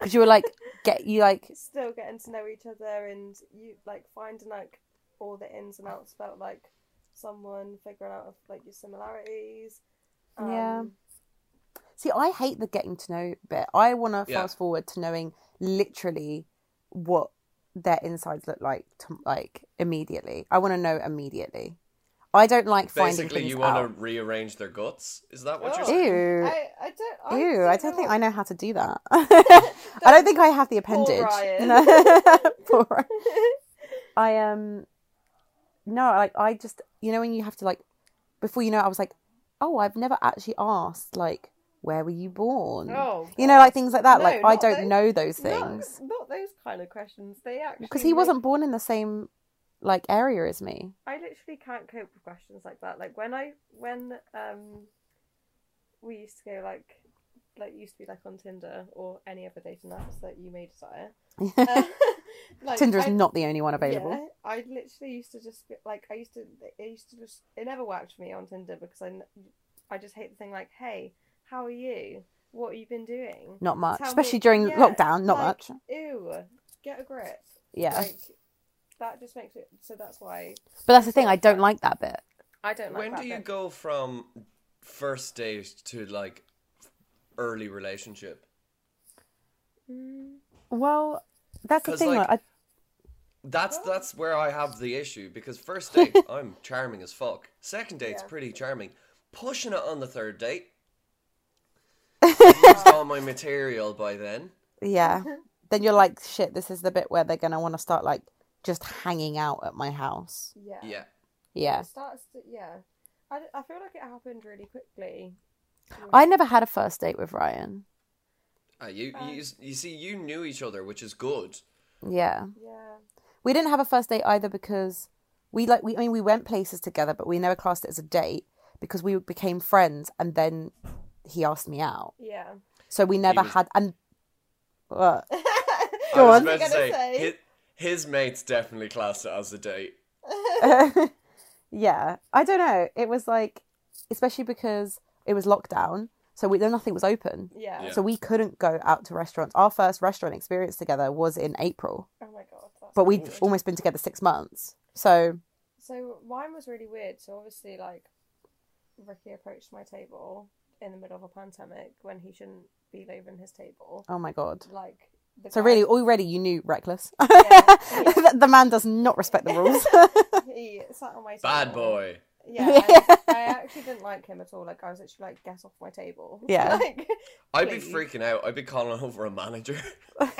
A: Because you were like, get you like,
B: Still getting to know each other and you like finding like all the ins and outs about like someone, figuring out like your similarities. Um,
A: Yeah. see, I hate the getting to know bit. I want to
C: Yeah.
A: fast forward to knowing literally what their insides look like, to, like immediately. I want to know immediately. I don't like finding
C: Basically,
A: things
C: you
A: out.
C: want to rearrange their guts. Is that what you're
B: Oh.
C: saying?
A: Ew.
B: I, I don't. I
A: Ew,
B: don't
A: I don't
B: know
A: think
B: what-
A: I know how to do
B: <laughs>
A: that. I don't think I have the appendage.
B: Ryan.
A: No. <laughs> Poor Ryan.
B: <laughs>
A: I um no, like I just you know when you have to like before you know it, I was like, Oh, I've never actually asked like where were you born?
B: Oh,
A: you know, like things like that.
B: No,
A: like I
B: not
A: don't
B: those-
A: know those
B: No,
A: things.
B: not those kind of questions. They actually
A: Because he
B: make-
A: wasn't born in the same like area as me.
B: I literally can't cope with questions like that. Like when I when um we used to go like like used to be like on Tinder or any other dating apps that you may
A: <laughs>
B: desire. Uh, <laughs> like,
A: Tinder is
B: I-
A: not the only one available.
B: Yeah, I literally used to just be- like I used to I used to just it never worked for me on Tinder because I n- I just hate the thing like hey how are you what have you been doing
A: Not much.
B: Tell me-
A: Especially during
B: yeah,
A: lockdown, not
B: like-
A: much.
B: ew get a grip
A: Yeah.
B: like that just makes it so that's why
A: but that's the thing, I don't like that bit.
B: I don't like
C: When
B: that
C: do you
B: bit.
C: go from first date to like early relationship?
B: Hmm.
A: Well, that's the
C: 'Cause,
A: thing.
C: like-
A: like, I,
C: That's that's where I have the issue because
A: <laughs>
C: first date I'm charming as fuck. Second date's
B: Yeah.
C: pretty charming. Pushing it on the third date.
B: <laughs>
C: Used all my material by then.
A: yeah. then you're like, shit. This is the bit where they're gonna want to start like just hanging out at my house.
B: <laughs> Yeah.
C: Yeah.
A: Yeah.
B: It starts to, yeah. I, d- I feel like it happened really quickly.
A: I never had a first date with Ryan.
C: Uh, you, you you see you knew each other, which is good.
A: Yeah.
B: Yeah.
A: We didn't have a first date either because we like we I mean we went places together, but we never classed it as a date because we became friends and then he asked me out.
B: Yeah. <laughs>
A: So we never
C: was-
A: had and what?
C: I
A: Go
C: was
A: on.
C: about to
B: Gonna
C: say,
B: say.
C: His, his mates definitely classed it as a date.
A: <laughs> yeah, I don't know. It was like, especially because it was lockdown, so we, nothing was open,
B: yeah.
C: Yeah.
A: so we couldn't go out to restaurants. Our first restaurant experience together was in April,
B: Oh my god. that's
A: but we'd
B: weird.
A: almost been together six months. So
B: So mine was really weird. So obviously, like, Ricky approached my table in the middle of a pandemic when he shouldn't be leaving his table.
A: oh my god.
B: Like, the
A: So
B: guy-
A: really, already you knew reckless. <laughs>
B: Yeah,
A: the the man does not respect the rules.
B: <laughs> he sat on my table.
C: Bad boy.
B: Yeah, I,
A: <laughs>
B: I actually didn't like him at all. Like, I was actually like, get off my table. <laughs>
A: Yeah.
B: Like,
C: I'd be
B: Please.
C: freaking out. I'd be calling over a manager. <laughs>
B: and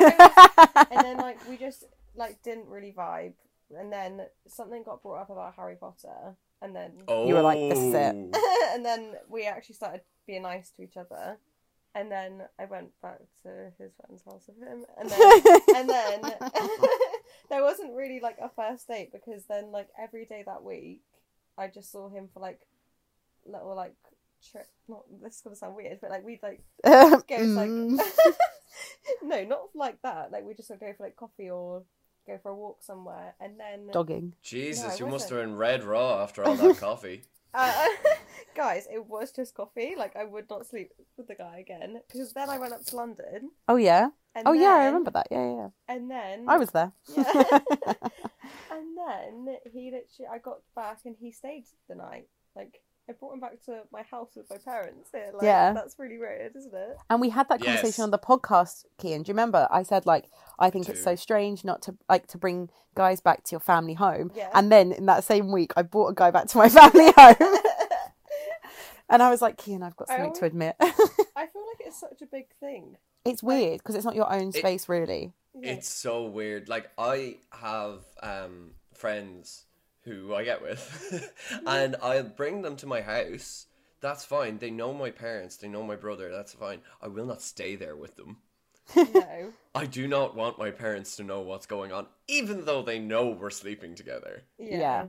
B: then like we just like didn't really vibe. And then something got brought up about Harry Potter, and then
C: Oh,
A: were like, "This is <laughs> it."
B: <laughs> and then we actually started being nice to each other. And then I went back to his friend's house with him, <laughs> and
A: <laughs>
B: then and then <laughs> there wasn't really like a first date because then like every day that week I just saw him for like little like trip. Not this is gonna sound weird, but like we'd like
A: <laughs>
B: go to, like
A: Mm.
B: <laughs> no, not like that. Like we just would go for like coffee or go for a walk somewhere, and then
A: Dogging.
C: Jesus,
B: No, I
C: you must have
B: wasn't.
C: been red raw after
A: <laughs>
C: all that coffee.
B: Uh, <laughs> guys, it was just coffee. Like I would not sleep with the guy again because then I went up to London.
A: Oh yeah.
B: And
A: Oh yeah, I
B: then-
A: remember that. Yeah, yeah. yeah.
B: And then
A: I was there.
B: Yeah. and then he literally, I got back and he stayed the night. Like I brought him back to my house with my parents. Here. Like,
A: Yeah.
B: that's really weird, isn't it?
A: <laughs> And we had that conversation
C: Yes.
A: on the podcast, Kian. Do you remember? I said like, I think it's
C: do.
A: so strange not to like to bring guys back to your family home.
B: Yeah.
A: And then in that same week, I brought a guy back to my <laughs> family home, and I was like, Kian, I've got
B: I
A: something to
B: always-
A: admit. <laughs>
B: I feel like it's such a big thing.
A: it's weird because it's not your own space, really.
C: <laughs>
B: Yeah.
C: It's so weird. Like I have um friends who I get with <laughs>
A: Mm-hmm.
C: and I bring them to my house. That's fine. They know my parents, they know my brother, that's fine. I will not stay there with them.
B: no.
C: I do not want my parents to know what's going on, even though they know we're sleeping together.
B: Yeah.
A: Yeah.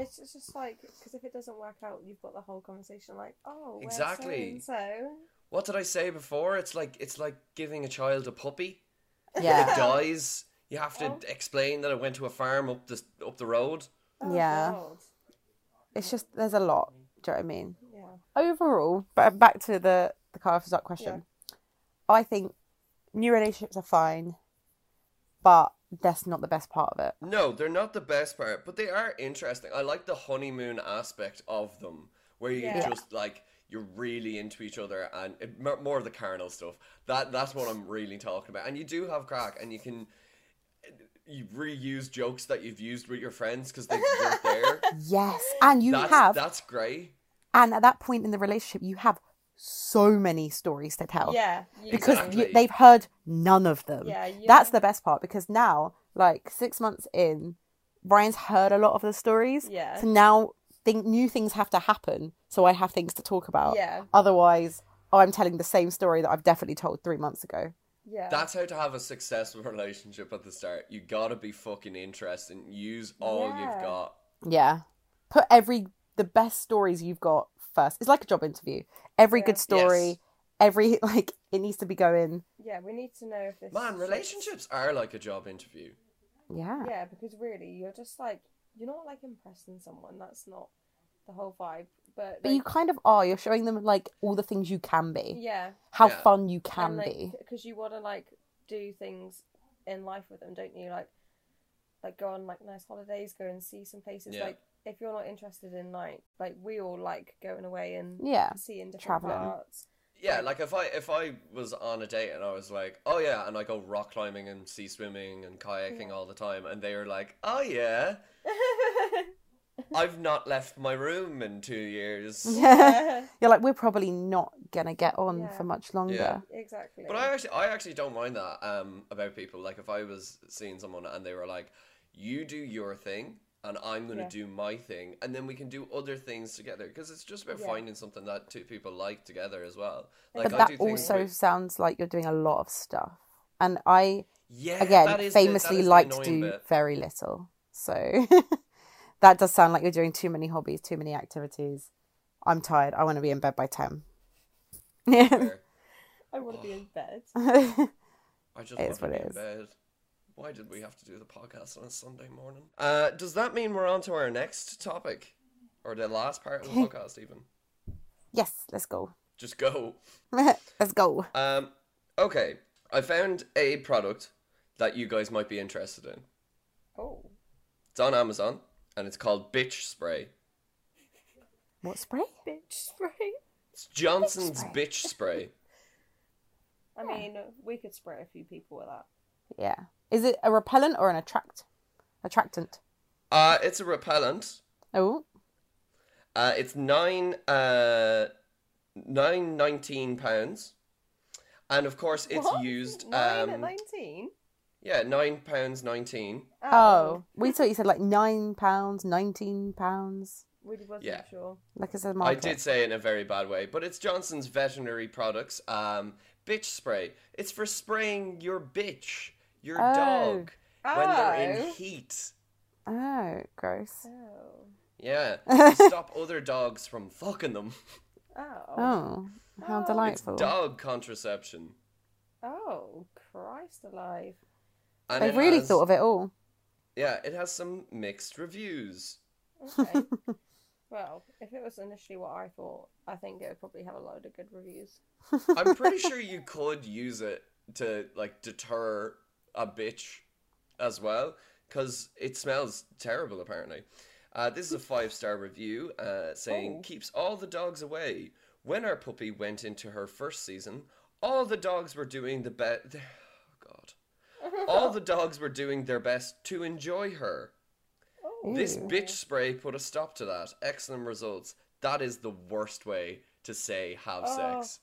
B: It's it's just like because if it doesn't work out, you've got the whole conversation like, oh,
C: Exactly.
B: So
C: What did I say before? It's like it's like giving a child a puppy.
A: Yeah.
C: It dies. You have to
B: Oh.
C: explain that it went to a farm up the up the road.
B: oh,
A: Yeah.
B: God.
A: It's just there's a lot. Do you know what I mean?
B: yeah,
A: overall, but back to the the Kyle Fazak question. I think new relationships are fine, but that's not the best part
B: <laughs>
A: of it.
C: No, they're not the best part, but they are interesting. I like the honeymoon aspect of them, where you
B: Yeah.
C: just like you're really into each other and it, mo- more of the carnal stuff. That that's what I'm really talking about. And you do have crack, and you can you reuse jokes that you've used with your friends because they
B: <laughs>
C: weren't there.
A: Yes, and you
C: that's,
A: have,
C: that's great.
A: and at that point in the relationship, you have so many stories to tell
B: yeah. you
A: because
B: do.
C: Exactly.
A: you, they've heard none of them.
B: yeah, you-
A: That's the best part because now, like six months in, Brian's heard a lot of the stories.
B: Yeah.
A: So now, think new things have to happen, so I have things to talk about.
B: yeah,
A: Otherwise, I'm telling the same story that I've definitely told three months ago.
B: yeah.
C: That's how to have a successful relationship at the start. You gotta be fucking interesting. Use all
B: Yeah.
C: you've got.
A: Yeah. Put every the best stories you've got first. It's like a job interview. Every
B: Yeah.
A: good story,
C: Yes.
A: every <laughs> like it needs to be going.
B: Yeah, we need to know if this
C: Man, relationships are like a job interview.
A: Yeah.
B: Yeah, because really, you're just like you're not like impressing someone. That's not the whole vibe. But,
A: But you
B: like,
A: kind of are. You're showing them like all the things you can be.
B: yeah,
A: How
C: Yeah.
A: fun you can
B: and, like <laughs>
A: be.
B: because you want to like do things in life with them, don't you? Like, like go on like nice holidays, go and see some places.
C: Yeah.
B: Like, if you're not interested in like like we all like going away and
A: Yeah.
B: seeing different
A: Travelling. <laughs>
B: parts. <laughs>
C: yeah, like if I if I was on a date and I was like, oh yeah, and I go rock climbing and sea swimming and kayaking all the time, and they were like, oh yeah, I've not left my room in two years.
A: <laughs> You're like, we're probably not gonna get on
B: Yeah.
A: for much longer.
B: exactly.
C: But I actually, I actually don't mind that um, about people. Like, if I was seeing someone and they were like, "You do your thing, and I'm going to
B: Yeah.
C: do my thing, and then we can do other things together," because it's just about
B: Yeah.
C: finding something that two people like together as well.
A: But
C: Like, I do
A: that
C: things
A: also
C: with-
A: sounds like you're doing a lot of stuff. And I,
C: yeah, that
A: again,
C: is the- that
A: famously
C: is the
A: like to
C: annoying
A: do <laughs>
C: bit.
A: very little. So <laughs> that does sound like you're doing too many hobbies, too many activities. I'm tired. I want to be in bed by 10. Yeah.
C: Fair.
B: I want to be in bed.
C: I just
A: It is what
C: want to
A: it
C: be in
A: is.
C: bed. Why did we have to do the podcast on a Sunday morning? Uh, does that mean we're on to our next topic, or the last
A: <laughs>
C: part of the podcast? Even
A: <laughs> yes, let's go. <laughs>
C: just go.
A: let's go.
C: Um, okay, I found a product that you guys might be interested in.
B: Oh,
C: It's on Amazon, and it's called Bitch Spray.
A: What spray?
B: bitch spray.
C: It's Johnson's
A: Bitch
C: Bitch
A: <laughs>
C: Spray.
B: I mean, we could spray a few people with that.
A: Yeah. Is it a repellent or an attract? Attractant.
C: Uh, it's a repellent.
A: Oh,
C: Uh, it's nine uh, nine nineteen pounds, and of course it's
B: What?
C: used.
B: Nine at
C: um,
B: nineteen.
C: Yeah, nine pounds nineteen.
A: Oh, we thought you said like nine pounds, nineteen pounds.
B: really wasn't
C: Yeah.
B: sure.
A: Like I said,
C: I
A: market.
C: did say it in a very bad way, but it's Johnson's veterinary products. Um, bitch spray. It's for spraying your bitch, your
A: Oh.
C: dog, when they're in
B: Oh.
C: heat.
A: Oh, gross.
B: Oh,
C: Yeah, <laughs> to
A: <laughs>
C: stop other dogs from fucking them.
B: oh,
A: Oh, how
B: Oh. It's
C: It's
A: delightful.
C: dog contraception.
B: oh, Christ alive! <laughs>
C: And
A: They
C: it
A: really
C: has-
A: thought of it all.
C: Yeah, it has some mixed reviews.
B: Okay. well, if it was initially what I thought, I think it would probably have a load of good reviews.
C: I'm pretty sure you could use it to like deter a bitch as well, because it smells terrible apparently. Uh, this is a five star review uh, saying
B: Oh.
C: keeps all the dogs away. When our puppy went into her first season, all the dogs were doing the best. <sighs> Oh God, all the dogs were doing their best to enjoy her.
B: <laughs> Oh,
C: This
A: Ooh.
C: bitch spray put a stop to that. Excellent results. That is the worst way to say have
B: Oh.
C: sex.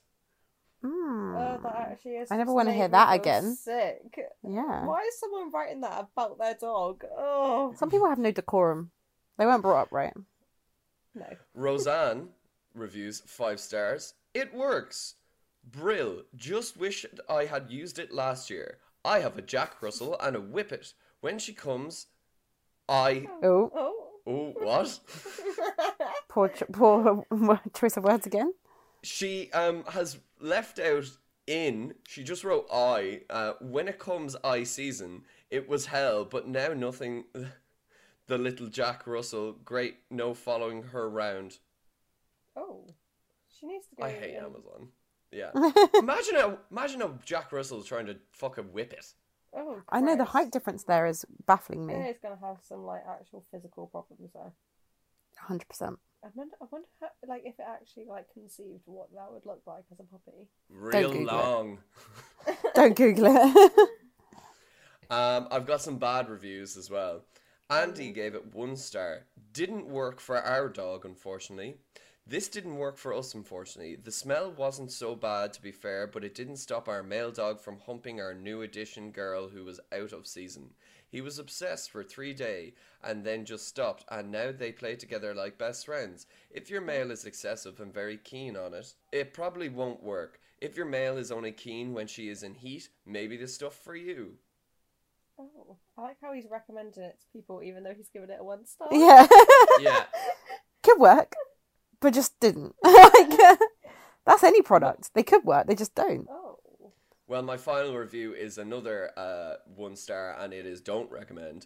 A: Hmm.
B: Oh, that actually is.
A: I never
B: just
A: wanna
B: made
A: hear
B: me
A: that
B: feel
A: again.
B: Sick.
A: yeah.
B: Why is someone writing that about their dog? Oh
A: Some people have no decorum. They weren't brought up right.
B: no.
C: Roseanne reviews five stars. It works. Brill. Just wish I had used it last year. I have a Jack Russell and a Whippet. When she comes, I.
A: Oh,
B: Oh.
C: Oh, what?
A: poor, cho- poor <laughs> choice of words again. <laughs>
C: she um has left out in. She just wrote I. Uh, when it comes, I season. It was hell, but now nothing. <laughs> The little Jack Russell, great. No following her round.
B: <laughs> oh. She needs to go.
C: I hate
B: and-
C: Amazon. Yeah. imagine a imagine a Jack Russell trying to fucking whip it.
B: Oh,
A: I know the
B: Christ.
A: height difference there is baffling
B: Yeah,
A: me.
B: he's gonna have some like actual physical problems there.
A: Hundred percent.
B: I wonder, I wonder how, like if it actually like conceived what that would look like as a puppy.
C: Real
A: Google it.
C: long.
A: Don't Google
B: <laughs>
A: it. <laughs>
C: Um, I've got some bad reviews as well. Andy gave it one star. Didn't work for our dog, unfortunately. This didn't work for us, unfortunately. The smell wasn't so bad, to be fair, but it didn't stop our male dog from humping our new addition girl who was out of season. He was obsessed for three day and then just stopped, and now they play together like best friends. If your male is excessive and very keen on it, it probably won't work. If your male is only keen when she is in heat, maybe the stuff for you.
B: Oh, I like how he's recommending it to people, even though he's given it a one star.
A: yeah. <laughs>
C: yeah,
A: could work, but just didn't. <laughs> like, that's any product. They could work, they just don't.
B: Oh.
C: Well, my final review is another uh, one star, and it is don't recommend.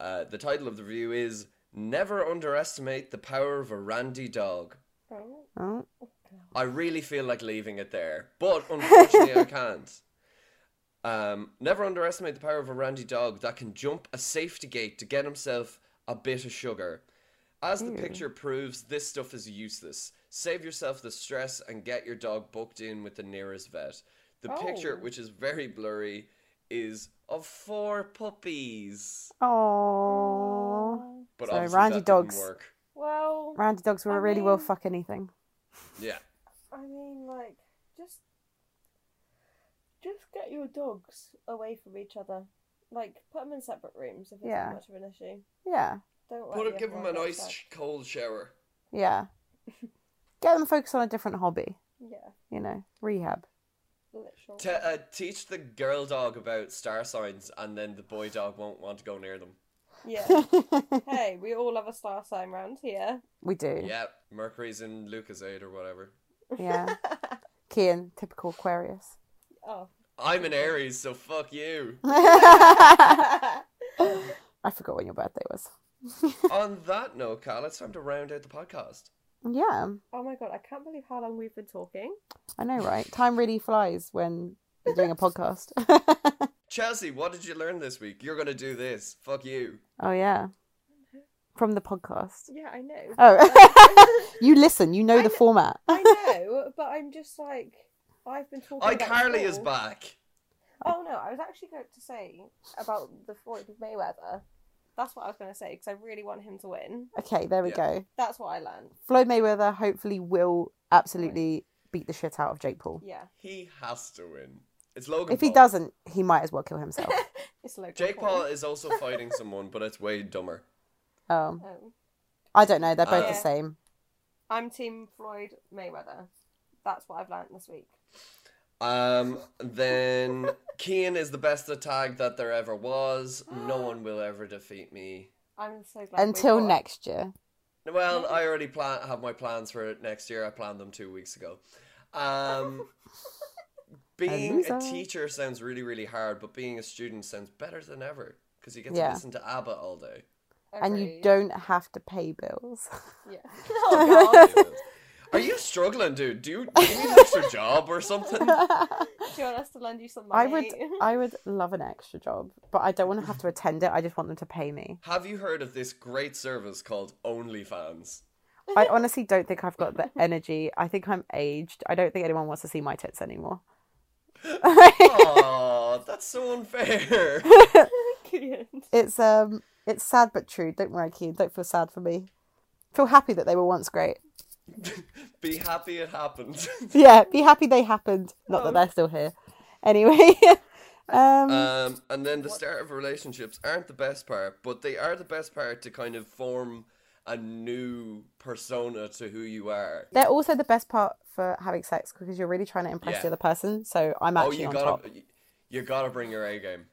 C: Uh, the title of the review is "Never underestimate the power of a randy dog."
B: Oh.
A: Oh,
C: I really feel like leaving it there, but unfortunately,
A: <laughs>
C: I can't. Um, never underestimate the power of a randy dog that can jump a safety gate to
A: Hmm.
C: get himself a bit of sugar. As the picture proves, this stuff is useless. Save yourself the stress and get your dog booked in with the nearest vet. The picture,
A: Oh.
C: which is very blurry, is of four puppies.
A: Oh,
C: But
A: So
C: obviously
A: Randy
C: that didn't
A: dogs.
C: work.
B: Well,
A: roundy dogs were
B: I
A: really will
B: mean-
A: fuck anything.
C: Yeah.
B: I mean, like, just just get your dogs away from each other. Like, put them in separate rooms if it's
A: Yeah.
B: not much of an issue.
A: Yeah,
B: Don't
C: Put
B: let
C: it,
B: the
C: give
B: other
C: him
B: one
C: an
B: get
C: ice
B: upset.
C: sh- cold shower.
A: yeah. Get them focused on a different hobby.
B: Yeah,
A: You know,
B: <laughs>
A: rehab.
B: literal.
C: Te- uh, teach the girl dog about star signs, and then the boy dog won't want to go near them.
A: <laughs>
B: yeah. hey, we all have a star sign round here.
A: we do.
C: Yeah, Mercury's in Lucas 8 or whatever.
B: <laughs>
A: Yeah. Kian, typical Aquarius.
B: Oh.
C: I'm an Aries, so
A: <laughs>
C: fuck you.
A: I
B: Oh
A: forgot when your birthday was.
C: On that note, Cal, it's time to round out the podcast.
A: Yeah,
B: oh my god, I can't believe how long we've been talking.
A: I know, right? Time really flies when you're doing a podcast. <laughs>
C: Chelsea, what did you learn this week? You're going to do this. Fuck you.
A: oh, yeah. From the podcast.
B: Yeah, I know.
A: Oh, <laughs> you listen, you know
B: I
A: the
B: kn-
A: format.
B: I know, but I'm just like I've been talking. about
C: iCarly
B: it
C: is
B: all.
C: back.
B: Oh no, I was actually going to say about the Floyd with Mayweather. That's what I was going to say because I really want him to win.
A: Okay, there we
C: Yeah.
A: go.
B: That's what I learned.
A: Floyd Mayweather hopefully will absolutely beat the shit out of Jake Paul.
B: Yeah,
C: He has to win. It's Logan
A: If he
C: Paul.
A: doesn't, he might as well kill himself.
B: it's Logan
C: Jake Paul is also
A: <laughs>
C: fighting someone, but it's way dumber.
A: Um,
B: Um,
A: I don't know. They're both
C: Uh,
A: the same.
B: I'm Team Floyd Mayweather. That's what I've learned this week.
C: Um, then Keen is the best attack that there ever was.
A: <gasps>
C: No one will ever defeat me.
B: I'm so glad. we
A: Until
B: brought-
A: next year.
C: Well, I already plan have my plans for next year. I planned them two weeks ago.
B: <laughs>
C: Um, being a
A: loser.
C: teacher sounds really, really hard, but being a student sounds better than ever because you get to
A: Yeah.
C: listen to ABBA all day.
A: And you
B: Agreed.
A: don't have to pay bills. <laughs>
B: Yeah. <laughs> <laughs> Oh god.
C: <laughs> Are you struggling, dude? Do you, do you need an extra job
A: <laughs>
C: or something?
B: Do you want us to lend you some
A: I
B: money?
A: would
B: <laughs>
A: I would love an extra job, but I don't want to have to attend it. I just want them to pay me.
C: Have you heard of this great service called OnlyFans?
A: I honestly don't think I've got the energy. I think I'm aged. I don't think anyone wants to see my tits anymore.
C: Oh, that's so unfair.
B: Brilliant.
A: it's um it's sad but true. Don't worry, Keen. Don't feel sad for me. Feel happy that they were once great.
C: Be happy it happened. <laughs>
A: Yeah, be happy they happened. Not that they're still here. Anyway. <laughs> um
C: Um, and then the start of relationships aren't the best part, but they are the best part to kind of form a new persona to who you are.
A: they're also the best part for having sex because you're really trying to impress
C: Yeah.
A: the other person. So I'm
C: Oh,
A: actually
C: you
A: on
C: gotta,
A: top.
C: you gotta bring your A game.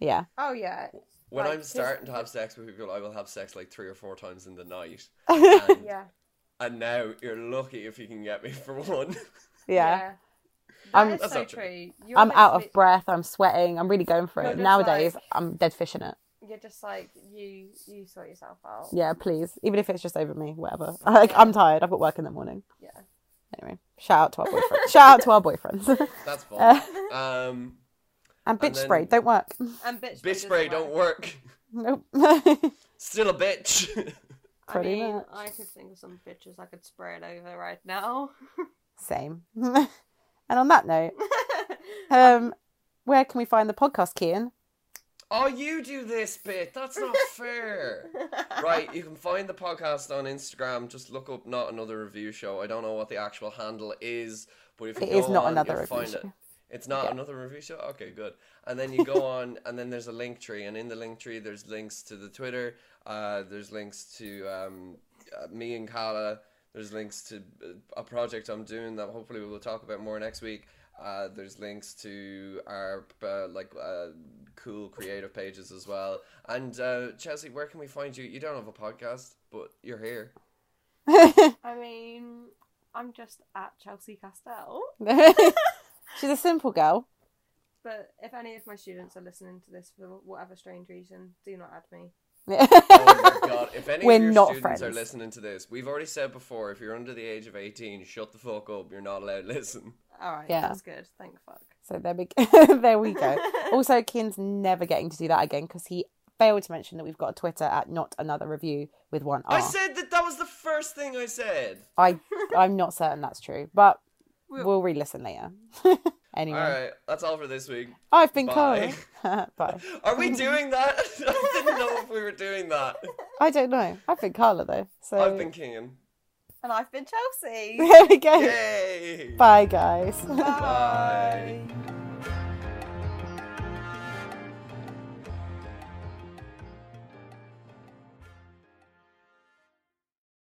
A: Yeah.
B: Oh yeah.
C: When
B: Like,
C: I'm
B: just-
C: starting to have sex with people, I will have sex like three or four times in
A: <laughs>
C: the night. And,
B: Yeah.
C: and now you're lucky if you can get me for <laughs> one.
A: Yeah.
B: That
A: I'm-
B: is
C: That's
B: so
C: not true.
B: true. You're
A: I'm out of
B: literally-
A: breath. I'm sweating. I'm really going for
B: You're
A: it.
B: just
A: Nowadays,
B: like-
A: I'm dead fishing it.
B: You're just like you. You sort yourself out.
A: Yeah, please. Even if it's just over me, whatever. <laughs> Like, I'm tired. I've got work in the morning.
B: Yeah.
A: Anyway, shout out to our boyfriends. shout out to our boyfriends. <laughs>
C: That's fun.
A: Uh-huh.
C: um,
A: and bitch
C: then-
A: spray. Don't work. <laughs>
B: And bitch.
C: bitch spray don't work. <laughs>
A: Nope. <laughs>
C: Still a bitch. <laughs>
B: I
A: Pretty
B: mean,
A: much.
B: I could think of some bitches I could spray it over right now. <laughs>
A: Same. <laughs> and on that note, um, where can we find the podcast, Kian?
C: Oh, you do this bit.
A: <laughs>
C: That's not fair. right, you can find the podcast on Instagram. Just look up Not Another Review Show. I don't know what the actual handle is, but if you
A: It
C: go
A: is Not
C: on,
A: Another
C: you'll
A: Review
C: find
A: Show.
C: it. It's not another review show. Okay, good. And then you go on, and then there's a link tree, and in the link tree, there's links to the Twitter. Uh, there's links to um, uh, me and Kala. There's links to uh, a project I'm doing that hopefully we will talk about more next week. Uh, there's links to our uh, like uh, cool creative pages as well. And uh, Chelsea, where can we find you? You don't have a podcast, but you're here.
B: I mean, I'm just at Chelsea Castell.
A: <laughs> She's a simple girl.
B: But if any of my students are listening to this for whatever strange reason, do not add me.
A: <laughs>
C: Oh my god! If any
A: We're
C: of your
A: not
C: students are
A: friends.
C: listening to this, we've already said before: if you're under the age of eighteen, shut the fuck up. You're not allowed to listen.
B: All right,
A: Yeah.
B: that's good. Thank fuck.
A: So there we there we
B: <laughs>
A: go. <laughs> Oh. Also, Kian's never getting to do that again because he failed to mention that we've got a Twitter at not another review with one R.
C: I said that that was the first thing I said.
A: I I'm not certain that's true, but
B: We'll-
A: we'll re-listen later. <laughs> anyway,
C: All right, that's all for
A: <laughs>
C: this week.
A: I've been
C: Bye.
A: Carl. <laughs> Bye.
C: Are we doing that? <laughs> I didn't know if we were doing
A: <laughs>
C: that.
A: I don't know. I've been Carla though, so <laughs>
C: I've been Kingan.
B: And I've been Chelsea.
A: there we go.
C: Yay!
A: Bye, guys.
C: Bye.
B: Bye.